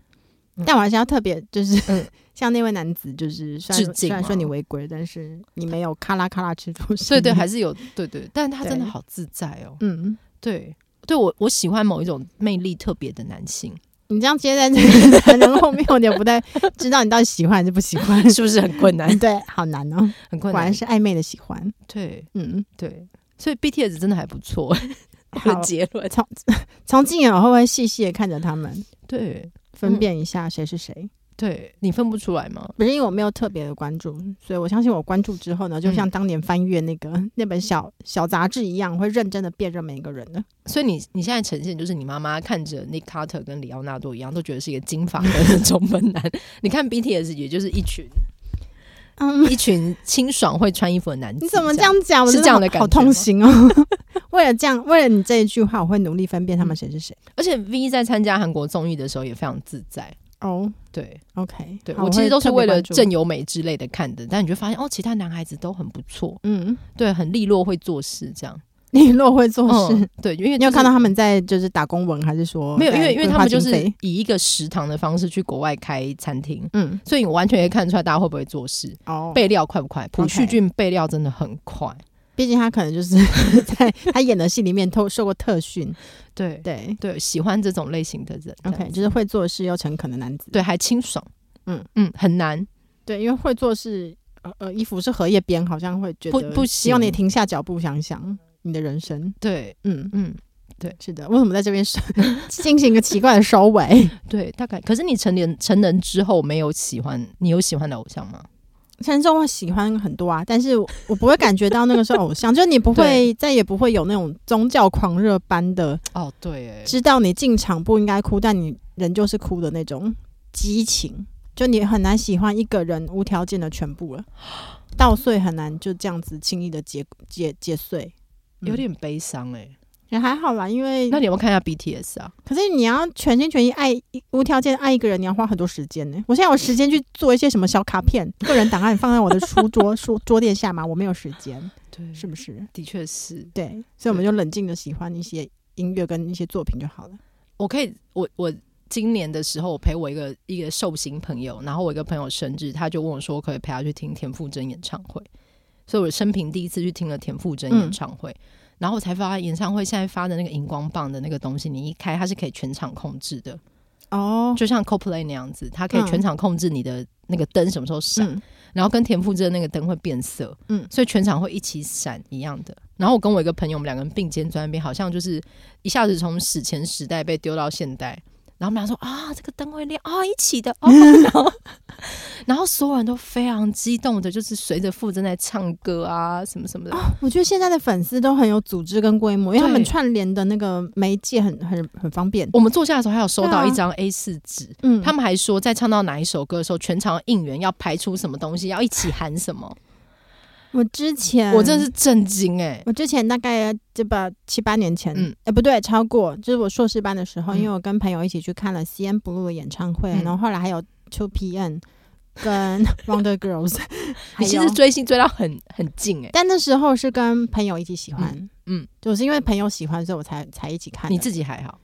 [SPEAKER 4] 但我还是要特别，就是、
[SPEAKER 3] 嗯
[SPEAKER 4] 像那位男子，就是虽
[SPEAKER 3] 致
[SPEAKER 4] 然
[SPEAKER 3] 敬
[SPEAKER 4] 虽然
[SPEAKER 3] 吗
[SPEAKER 4] 说你违规，但是你没有咔啦咔啦吃东西，
[SPEAKER 3] 所以对还是有对嗯对，但他真的
[SPEAKER 4] 对
[SPEAKER 3] 好自在哦。
[SPEAKER 4] 嗯，
[SPEAKER 3] 对，对我我喜欢某一种魅力特别的男性，
[SPEAKER 4] 你这样接在这个男人后面，我有点不太知道你到底喜欢还是不喜 欢。
[SPEAKER 3] 是不是很困难？
[SPEAKER 4] 对，好难哦，
[SPEAKER 3] 很
[SPEAKER 4] 果
[SPEAKER 3] 困难
[SPEAKER 4] 然。是暧昧的喜欢。
[SPEAKER 3] 对
[SPEAKER 4] 嗯，
[SPEAKER 3] 对，所以 BTS 真的还不 错。
[SPEAKER 4] 好
[SPEAKER 3] 结论
[SPEAKER 4] 从从近而后会细细的看着他们，
[SPEAKER 3] 对
[SPEAKER 4] 分辨一下谁是谁。
[SPEAKER 3] 对，你分不出来吗？
[SPEAKER 4] 不是因为我没有特别的关注，所以我相信我关注之后
[SPEAKER 3] 嗯
[SPEAKER 4] 呢，就像当年翻阅那个、那本小小杂志一样，会认真的辨认每一个人的。
[SPEAKER 3] 所以你你现在呈现就是你妈妈看着 Nick Carter 跟里奥纳多一样，都觉得是一个金发的中分 男。你看 BTS 也就是一 群
[SPEAKER 4] 嗯，
[SPEAKER 3] 一群清爽会穿衣服的男子。
[SPEAKER 4] 你怎么这？样讲？我
[SPEAKER 3] 是
[SPEAKER 4] 真
[SPEAKER 3] 这样的
[SPEAKER 4] 好
[SPEAKER 3] 感觉
[SPEAKER 4] 好痛心哦。 为了这样，为了你这一句话，我会努力分辨他
[SPEAKER 3] 嗯
[SPEAKER 4] 们谁是谁。
[SPEAKER 3] 而且 V 在参加韩国综艺的时候也非常自在。
[SPEAKER 4] 哦、
[SPEAKER 3] 对，
[SPEAKER 4] o k
[SPEAKER 3] 对我其实都是为了
[SPEAKER 4] 正
[SPEAKER 3] 郑由美之类的看的，但你就发现哦，其他男孩子都很不错，
[SPEAKER 4] 嗯，
[SPEAKER 3] 对，很利落，会做事这样。
[SPEAKER 4] 利落会做事。
[SPEAKER 3] 嗯，对，因为、
[SPEAKER 4] 你有看到他们在就是打工文，还是说
[SPEAKER 3] 没有？因为
[SPEAKER 4] 在
[SPEAKER 3] 因为他们就是
[SPEAKER 4] 规划经费
[SPEAKER 3] 以一个食堂的方式去国外开餐厅，
[SPEAKER 4] 嗯
[SPEAKER 3] 所以你完全可以看出来大家会不会做事，
[SPEAKER 4] 哦，
[SPEAKER 3] 备料快不快？朴
[SPEAKER 4] OK
[SPEAKER 3] 叙俊备料真的很快，
[SPEAKER 4] 毕竟他可能就是 在他演的戏里面偷受过特训，
[SPEAKER 3] 对
[SPEAKER 4] 对
[SPEAKER 3] 对，喜欢这种类型的人这样
[SPEAKER 4] ，OK，就是会做事又诚恳的男子。
[SPEAKER 3] 对，还清爽，
[SPEAKER 4] 嗯
[SPEAKER 3] 嗯，很难，
[SPEAKER 4] 对，因为会做事，呃呃，衣服是荷叶边，好像会觉
[SPEAKER 3] 不
[SPEAKER 4] 得
[SPEAKER 3] 不
[SPEAKER 4] 希望你
[SPEAKER 3] 行
[SPEAKER 4] 停下脚步，想想你的人生。
[SPEAKER 3] 对，
[SPEAKER 4] 嗯，
[SPEAKER 3] 嗯，
[SPEAKER 4] 是的，为什么在这边收 进行一个奇怪的收尾？
[SPEAKER 3] 对，大概。可是你成年成人之后没有喜欢，你有喜欢的偶像吗？
[SPEAKER 4] 陈中我喜欢很多啊，但是我我不会感觉到那个是偶像，就是你不会再也不会有那种宗教狂热般的，
[SPEAKER 3] 哦，对，哎
[SPEAKER 4] 知道你进场不应该哭，但你仍旧是哭的那种激情，就你很难喜欢一个人无条件的全部了。 稻穗很难就这样子轻易的解解解碎，嗯
[SPEAKER 3] 有点悲伤哎、
[SPEAKER 4] 也还好啦，因为
[SPEAKER 3] 那你有没有看一下 BTS 啊？
[SPEAKER 4] 可是你要全心全意爱一无条件爱一个人，你要花很多时间呢、我现在有时间去做一些什么小卡 片、个人档案，放在我的书桌书桌垫下嘛？我没有时间，
[SPEAKER 3] 对
[SPEAKER 4] 是不是？
[SPEAKER 3] 的确是。
[SPEAKER 4] 对，所以我们就冷静的喜欢一些音乐跟一些作品就好了。
[SPEAKER 3] 我可以，我我今年的时候，我陪我一个一个寿星朋友，然后我一个朋友生日，他就问我说，可以陪他去听田馥甄演唱会。所以我生平第一次去听了田馥甄演唱会，然后我才发现演唱会现在发的那个荧光棒的那个东西，你一开它是可以全场控制的，
[SPEAKER 4] 哦，
[SPEAKER 3] 就像 CoPlay 那样子，它可以
[SPEAKER 4] 嗯
[SPEAKER 3] 全场控制你的那个灯什么时候闪。
[SPEAKER 4] 嗯，
[SPEAKER 3] 然后跟田馥甄那个灯会变色，嗯
[SPEAKER 4] 嗯，
[SPEAKER 3] 所以全场会一起闪一样的。然后我跟我一个朋友，我们两个人并肩站在那边，好像就是一下子从史前时代被丢到现代，然后我们俩说啊，这个灯会亮啊，一起 的哦。然后，然后所有人都非常激动的，就是随着傅征在唱歌啊，什么什么的。
[SPEAKER 4] 我觉得现在的粉丝都很有组织跟规模，因为他们
[SPEAKER 3] 对
[SPEAKER 4] 串联的那个媒介很很很方便。
[SPEAKER 3] 我们坐下的时候还有收到
[SPEAKER 4] 对啊
[SPEAKER 3] 一张 A 四纸，
[SPEAKER 4] 嗯，
[SPEAKER 3] 他们还说在唱到哪一首歌的时候，全场应援要排出什么东西，要一起喊什么。
[SPEAKER 4] 我之前
[SPEAKER 3] 我真的是震惊哎、
[SPEAKER 4] 我之前大概这把七八年前，
[SPEAKER 3] 嗯
[SPEAKER 4] 嗯，哎、不对，超过，就是我硕士班的时候，
[SPEAKER 3] 嗯
[SPEAKER 4] 因为我跟朋友一起去看了 CN Blue 的演唱会，
[SPEAKER 3] 嗯
[SPEAKER 4] 然后后来还有 Two PM 跟 Wonder Girls，还
[SPEAKER 3] 你
[SPEAKER 4] 有
[SPEAKER 3] 其实追星追到很很近哎、
[SPEAKER 4] 但那时候是跟朋友一起喜欢，
[SPEAKER 3] 嗯
[SPEAKER 4] 嗯，就是因为朋友喜欢，所以我才才一起看的。
[SPEAKER 3] 你自己还好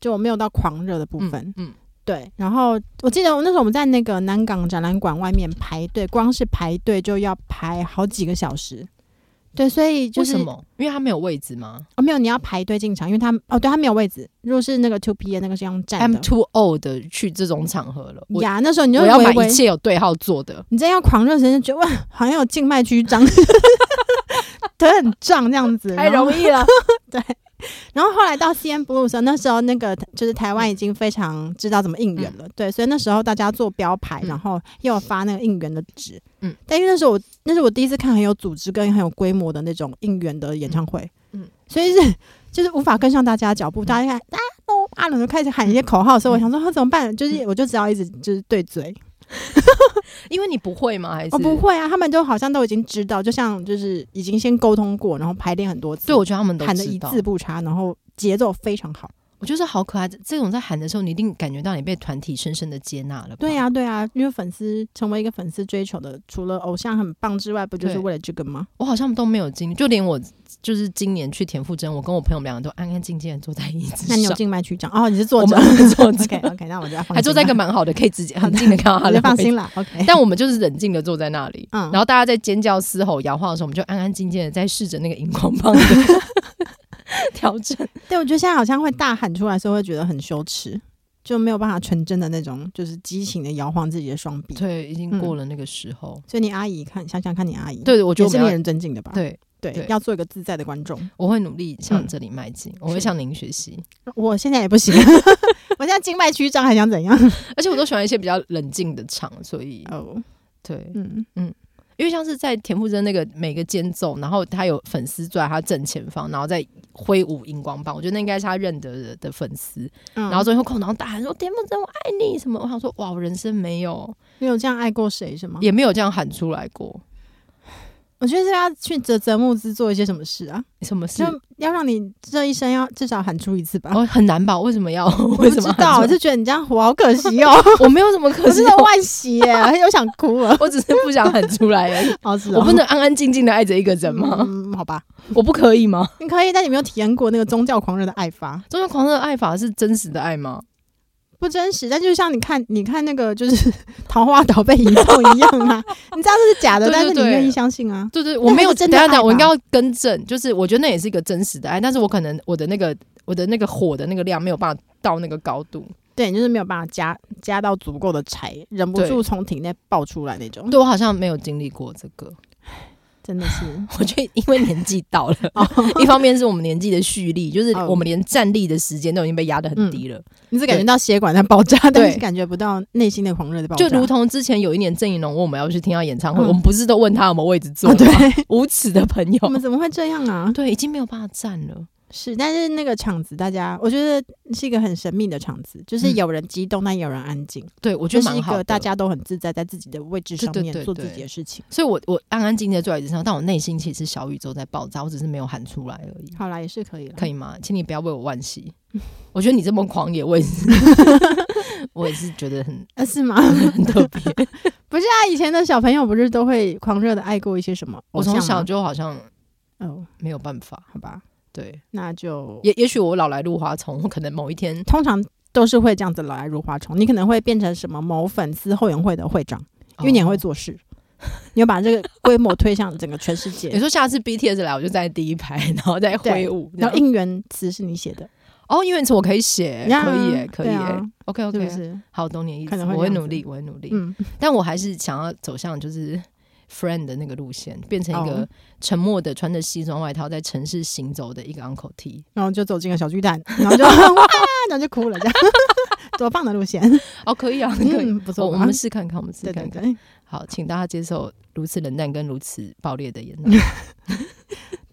[SPEAKER 4] 就我没有到狂热的部
[SPEAKER 3] 嗯
[SPEAKER 4] 分，
[SPEAKER 3] 嗯
[SPEAKER 4] 对。然后我记得我那时候我们在那个南港展览馆外面排队，光是排队就要排好几个小时。对，所以就
[SPEAKER 3] 为
[SPEAKER 4] 是
[SPEAKER 3] 什么？因为他没有位置吗
[SPEAKER 4] 哦，没有，你要排队进场，因为他哦，对他没有位置。如果是那个 Two P 的那个是用站
[SPEAKER 3] ？I'm
[SPEAKER 4] 的
[SPEAKER 3] too old 的去这种场合了，我
[SPEAKER 4] 呀，那时候你就
[SPEAKER 3] 我要
[SPEAKER 4] 微
[SPEAKER 3] 买
[SPEAKER 4] 微
[SPEAKER 3] 一，切有对号坐的。
[SPEAKER 4] 你这样狂热，人就觉得哇，好像有静脉曲张， 腿很胀这样子，
[SPEAKER 3] 太容
[SPEAKER 4] 易了。对，然后后来到 C N Blue 的时候，那时候那个就是台湾已经非常知道怎么应援了，对，所以那时候大家做标牌，
[SPEAKER 3] 嗯
[SPEAKER 4] 然后又有发那个应援的纸，
[SPEAKER 3] 嗯
[SPEAKER 4] 嗯，但因为那时候我那是我第一次看很有组织跟很有规模的那种应援的演唱会，
[SPEAKER 3] 嗯
[SPEAKER 4] 嗯，
[SPEAKER 3] 嗯
[SPEAKER 4] 所以是就是无法跟上大家的脚步，大家看啊哦啊，然后就开始喊一些口号的
[SPEAKER 3] 嗯
[SPEAKER 4] 时候，我想说、啊、怎么办？就是我就只要一直就是对嘴，
[SPEAKER 3] 因为你哦不会吗？还是
[SPEAKER 4] 我、不？会啊，他们就好像都已经知道，就像就是已经先沟通过，然后排练很多次，
[SPEAKER 3] 对，我觉得他们都
[SPEAKER 4] 喊的
[SPEAKER 3] 知
[SPEAKER 4] 一
[SPEAKER 3] 道。
[SPEAKER 4] 字不差，然后节奏非常好。
[SPEAKER 3] 我觉得好可爱。这这种在喊的时候，你一定感觉到你被团体深深的接纳了吧。
[SPEAKER 4] 对呀、啊对呀、因为粉丝成为一个粉丝追求的，除了偶像很棒之外，不就是
[SPEAKER 3] 对
[SPEAKER 4] 为了这个吗？
[SPEAKER 3] 我好像都没有经历，就连我就是今年去田馥甄，我跟我朋友们两个都安安静静的坐在椅子
[SPEAKER 4] 那你有
[SPEAKER 3] 上，
[SPEAKER 4] 静脉曲张哦，你是作
[SPEAKER 3] 啊我
[SPEAKER 4] 者
[SPEAKER 3] 们我们坐 着
[SPEAKER 4] ，OK OK，那我就要放
[SPEAKER 3] 还坐在一
[SPEAKER 4] 心
[SPEAKER 3] 个
[SPEAKER 4] 了
[SPEAKER 3] 蛮好的，可以直接很近的看到他
[SPEAKER 4] 我
[SPEAKER 3] 的
[SPEAKER 4] 就放
[SPEAKER 3] 位置
[SPEAKER 4] 心了，OK。
[SPEAKER 3] 但我们就是冷静的坐在那里，
[SPEAKER 4] 嗯
[SPEAKER 3] 然后大家在尖叫、嘶吼、摇晃的时候，我们就安安静静的在试着那个荧光 棒的调整。
[SPEAKER 4] 对，我觉得现在好像会大喊出来的时候，会觉得很羞耻，就没有办法纯真的那种，就是激情的摇晃自己的双臂。
[SPEAKER 3] 对，已经过了那个时候。
[SPEAKER 4] 所以你阿姨看，想想看你阿姨，，
[SPEAKER 3] 嗯对，我觉
[SPEAKER 4] 也
[SPEAKER 3] 得
[SPEAKER 4] 是
[SPEAKER 3] 我
[SPEAKER 4] 令
[SPEAKER 3] 们要
[SPEAKER 4] 人尊敬的吧？
[SPEAKER 3] 对，嗯对
[SPEAKER 4] 对，要做一个自在的观众。
[SPEAKER 3] 我会努力向这里迈进，我会向您学习。
[SPEAKER 4] 我现在也不行， 我现在静脉曲张，还想怎样？
[SPEAKER 3] 而且我都喜欢一些比较冷静的场，所以
[SPEAKER 4] 哦，
[SPEAKER 3] 对，
[SPEAKER 4] 嗯，
[SPEAKER 3] 因为像是在田馥甄那个每个间奏，然后他有粉丝坐在他正前方，然后在挥舞荧光棒，我觉得那应该是他认得的的粉丝。
[SPEAKER 4] 然
[SPEAKER 3] 然后最后空，然后大喊说：“田馥甄，我爱你！”什么？我想说，哇，我人生没有，
[SPEAKER 4] 你有这样爱过谁是吗？
[SPEAKER 3] 也没有这样喊出来过。
[SPEAKER 4] 我觉得是要去泽泽木之做一些什么事啊，
[SPEAKER 3] 什么事
[SPEAKER 4] 就？要让你这一生要至少喊出一次吧。
[SPEAKER 3] 哦，很难吧？为什么要？ 为
[SPEAKER 4] 我不
[SPEAKER 3] 什
[SPEAKER 4] 知
[SPEAKER 3] 么
[SPEAKER 4] 道，我
[SPEAKER 3] 喊出
[SPEAKER 4] 就觉得你这样活好可惜 哦，
[SPEAKER 3] 我没有什么可
[SPEAKER 4] 我
[SPEAKER 3] 惜
[SPEAKER 4] 真
[SPEAKER 3] 的
[SPEAKER 4] 的，惋惜耶， 又想哭 了。
[SPEAKER 3] 我只是不想喊出来而已。
[SPEAKER 4] 哦，是哦
[SPEAKER 3] 我不能安安静静的爱着一个人吗？
[SPEAKER 4] 嗯，好吧，
[SPEAKER 3] 我不可以吗？
[SPEAKER 4] 你可以，但你没有体验过那个宗教狂热的爱发，
[SPEAKER 3] 中间狂热的爱法是真实的爱吗？
[SPEAKER 4] 不真实。但就像你看，你看那个就是 桃花岛被引爆一样 啊，你知道这是假的，
[SPEAKER 3] 对对
[SPEAKER 4] 但是你
[SPEAKER 3] 对
[SPEAKER 4] 愿意相信啊。
[SPEAKER 3] 对对，
[SPEAKER 4] 那
[SPEAKER 3] 我没有
[SPEAKER 4] 还是真的
[SPEAKER 3] 等一下
[SPEAKER 4] 爱
[SPEAKER 3] 等一下我
[SPEAKER 4] 吧
[SPEAKER 3] 应该要更正，就是我觉得那也是一个真实的爱，但是我可能我的那个我的那个火的那个量没有办法到那个高度，
[SPEAKER 4] 对，你就是没有办法加加到足够的柴，忍不
[SPEAKER 3] 对
[SPEAKER 4] 住从体内爆出来那种。
[SPEAKER 3] 对我好像没有经历过这个。
[SPEAKER 4] 真的是
[SPEAKER 3] 我觉得因为年纪到 了，一方面是我们年纪的蓄力，就是
[SPEAKER 4] 哦
[SPEAKER 3] 我们连站立的时间都已经被压得很低了，
[SPEAKER 4] 你只感觉到血管在爆炸，但
[SPEAKER 3] 对
[SPEAKER 4] 是感觉不到内心的狂热的爆炸，
[SPEAKER 3] 就如同之前有一年郑怡农问我们要去听他演唱会，
[SPEAKER 4] 嗯
[SPEAKER 3] 我们不是都问他有没有位置坐、
[SPEAKER 4] 啊，对，
[SPEAKER 3] 无耻的朋友
[SPEAKER 4] 我，们怎么会这样啊？
[SPEAKER 3] 对，已经没有办法站了。
[SPEAKER 4] 是，但是那个场子，大家我觉得是一个很神秘的场子，就是
[SPEAKER 3] 嗯
[SPEAKER 4] 有人激动，但有人安静，
[SPEAKER 3] 对，我觉
[SPEAKER 4] 就
[SPEAKER 3] 得
[SPEAKER 4] 是
[SPEAKER 3] 蛮
[SPEAKER 4] 一
[SPEAKER 3] 好
[SPEAKER 4] 个
[SPEAKER 3] 的。
[SPEAKER 4] 大，家都很自在，在自己的位置上
[SPEAKER 3] 对对
[SPEAKER 4] 面
[SPEAKER 3] 对
[SPEAKER 4] 做
[SPEAKER 3] 对
[SPEAKER 4] 自己的事情。
[SPEAKER 3] 所以我我安安静静地坐在椅子上，但我内心其实是小宇宙在爆炸，我只是没有喊出来而已。
[SPEAKER 4] 好啦，也是可以了，
[SPEAKER 3] 可以吗？请你不要为我惋惜。我觉得你这么狂野，我也 是，我也是觉得很
[SPEAKER 4] 呃，是吗？
[SPEAKER 3] 很特别。
[SPEAKER 4] 不是啊，以前的小朋友不是都会狂热的爱过一些什么 偶
[SPEAKER 3] 我
[SPEAKER 4] 像吗？
[SPEAKER 3] 从小就好像
[SPEAKER 4] 哦，
[SPEAKER 3] 没有办法，
[SPEAKER 4] 好吧，
[SPEAKER 3] 对，
[SPEAKER 4] 那就
[SPEAKER 3] 也也许我老来入花丛，我可能某一天
[SPEAKER 4] 通常都是会这样子老来如花丛，你可能会变成什么某粉丝后援会的会长，因为你很会
[SPEAKER 3] 哦
[SPEAKER 4] 做事， 你要把这个规模推向整个全世
[SPEAKER 3] 你
[SPEAKER 4] 界。
[SPEAKER 3] 说下次 BTS 来，我就在第一排，然后再挥舞。这
[SPEAKER 4] 然
[SPEAKER 3] 样
[SPEAKER 4] 后应援词是你写的，
[SPEAKER 3] 哦，因为词我哎可以写，
[SPEAKER 4] 呀
[SPEAKER 3] 可以耶，可以
[SPEAKER 4] 对
[SPEAKER 3] 耶
[SPEAKER 4] 啊。
[SPEAKER 3] OK
[SPEAKER 4] 是不
[SPEAKER 3] OK，
[SPEAKER 4] 是？
[SPEAKER 3] 好，懂你的意
[SPEAKER 4] 可
[SPEAKER 3] 思，
[SPEAKER 4] 能会
[SPEAKER 3] 我会
[SPEAKER 4] 这样
[SPEAKER 3] 努力，我会努力。
[SPEAKER 4] 嗯，
[SPEAKER 3] 但我还是想要走向就是 friend 的那个路线，变成一个
[SPEAKER 4] 哦
[SPEAKER 3] 沉默的穿着西装外套在城市行走的一个 uncle T。
[SPEAKER 4] 然后就走进了小巨蛋，然后就哇，然后就哭了，这样 多棒的路线，
[SPEAKER 3] 哦，可以啊，可以。
[SPEAKER 4] 嗯，不
[SPEAKER 3] 我
[SPEAKER 4] 错吧，
[SPEAKER 3] 我们试看看，我们试
[SPEAKER 4] 对对
[SPEAKER 3] 看看。
[SPEAKER 4] 对
[SPEAKER 3] 好，请大家接受如此冷淡跟如此暴烈的言
[SPEAKER 4] 嗯
[SPEAKER 3] 论。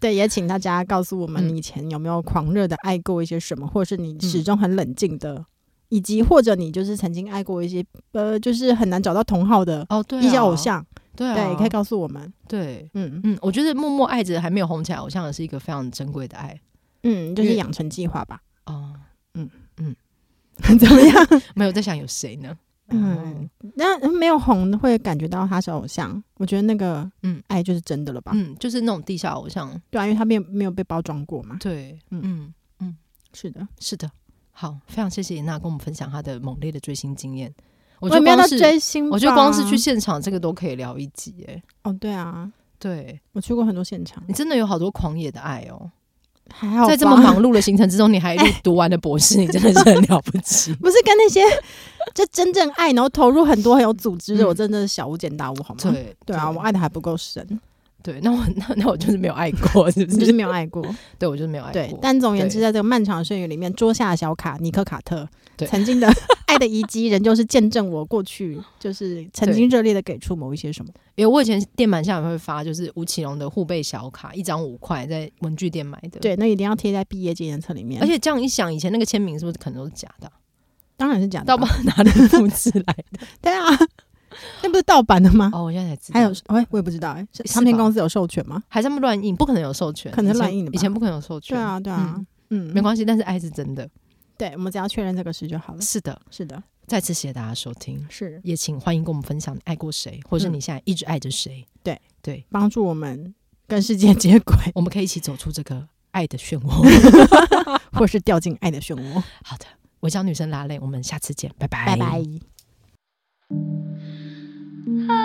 [SPEAKER 4] 对，也请大家告诉我们，
[SPEAKER 3] 嗯
[SPEAKER 4] 你以前有没有狂热的爱过一些什么，或是你
[SPEAKER 3] 嗯
[SPEAKER 4] 始终很冷静的，以及或者你就是曾经爱过一些呃，就是很难找到同好的
[SPEAKER 3] 哦，对、啊，
[SPEAKER 4] 一些偶，像，
[SPEAKER 3] 对啊，
[SPEAKER 4] 对，可以告诉我们，
[SPEAKER 3] 对，
[SPEAKER 4] 嗯
[SPEAKER 3] 嗯，我觉得默默爱着还没有红起来偶像是一个非常珍贵的爱
[SPEAKER 4] 嗯，就
[SPEAKER 3] 因
[SPEAKER 4] 是
[SPEAKER 3] 为
[SPEAKER 4] 养成计划吧，
[SPEAKER 3] 哦。
[SPEAKER 4] 怎么样？
[SPEAKER 3] 没有在想有谁呢？哦
[SPEAKER 4] 嗯， 那没有红会感觉到他是偶像，我觉得那个
[SPEAKER 3] 嗯
[SPEAKER 4] 嗯爱就是真的了吧？
[SPEAKER 3] 嗯，就是那种地下偶像。
[SPEAKER 4] 对啊，因为他没有没有被包装过嘛。
[SPEAKER 3] 对，
[SPEAKER 4] 嗯
[SPEAKER 3] 嗯，
[SPEAKER 4] 是的，
[SPEAKER 3] 是的。好，非常谢谢妍娜跟我们分享她的猛烈的追星经验。我
[SPEAKER 4] 我
[SPEAKER 3] 觉
[SPEAKER 4] 也
[SPEAKER 3] 得
[SPEAKER 4] 没有到
[SPEAKER 3] 光是
[SPEAKER 4] 追星吧，
[SPEAKER 3] 我觉得光是去现场这个都可以聊一集哎。
[SPEAKER 4] 哦，对啊，
[SPEAKER 3] 对
[SPEAKER 4] 我去过很多现场，
[SPEAKER 3] 你真的有好多狂野的爱哦，
[SPEAKER 4] 还好
[SPEAKER 3] 在这么
[SPEAKER 4] 吧。
[SPEAKER 3] 忙碌的行程之中，你还一路读完了博士，你真的是很了不起
[SPEAKER 4] 不是跟那些就真正爱，然后投入很多很有组织的，
[SPEAKER 3] 嗯
[SPEAKER 4] 我真的是小巫见大巫，好吗？
[SPEAKER 3] 对
[SPEAKER 4] 对啊，我爱的还不够深，
[SPEAKER 3] 对，那我那那我就是没有爱过，是不
[SPEAKER 4] 就是
[SPEAKER 3] 是？
[SPEAKER 4] 没有爱过。
[SPEAKER 3] 对，我就是没有爱
[SPEAKER 4] 对
[SPEAKER 3] 过，。
[SPEAKER 4] 但总而言之，
[SPEAKER 3] 对嗯
[SPEAKER 4] 在这个漫长的岁月里面，桌下的小卡尼克卡特
[SPEAKER 3] 对
[SPEAKER 4] 曾经的 爱的遗迹，仍旧是见证我过去就是曾经热烈的给出某一些什么。
[SPEAKER 3] 因为我以前店满下面会发，就是吴奇隆的护贝小卡，一张五块，在文具店买的。，
[SPEAKER 4] 对，那一定要贴在毕业纪念册里面，
[SPEAKER 3] 而且这样一想，以前那个签名是不是可能都是假的啊、
[SPEAKER 4] 当然是 假的
[SPEAKER 3] 盗
[SPEAKER 4] 吧。
[SPEAKER 3] 版哪里复制来的？
[SPEAKER 4] 对啊，那不是盗版的吗？
[SPEAKER 3] 哦，我现在才知道，
[SPEAKER 4] 还有，哎，我也不知道，哎，是
[SPEAKER 3] 是
[SPEAKER 4] 唱片
[SPEAKER 3] 吧
[SPEAKER 4] 公司有授权吗？
[SPEAKER 3] 还是他们乱印，不可能有授权，
[SPEAKER 4] 可能
[SPEAKER 3] 以
[SPEAKER 4] 是
[SPEAKER 3] 前
[SPEAKER 4] 乱印的吧
[SPEAKER 3] 以前不可能有授权。
[SPEAKER 4] 对，啊，嗯对啊
[SPEAKER 3] 嗯，
[SPEAKER 4] 嗯，
[SPEAKER 3] 没关系，但是爱是真的。
[SPEAKER 4] 对，我们只要确认这个事就好了。
[SPEAKER 3] 是的，
[SPEAKER 4] 是的，
[SPEAKER 3] 再次谢谢大家收听，
[SPEAKER 4] 是
[SPEAKER 3] 也请欢迎跟我们分享你爱过谁，或者是
[SPEAKER 4] 嗯
[SPEAKER 3] 你现在一直爱着谁。
[SPEAKER 4] 帮助我们跟世界接轨，
[SPEAKER 3] 我们可以一起走出这个爱的漩 涡。
[SPEAKER 4] 或是掉进爱的漩涡。
[SPEAKER 3] 好的，我将女生拉累，我们下次见，拜拜，
[SPEAKER 4] 拜拜。
[SPEAKER 1] 啊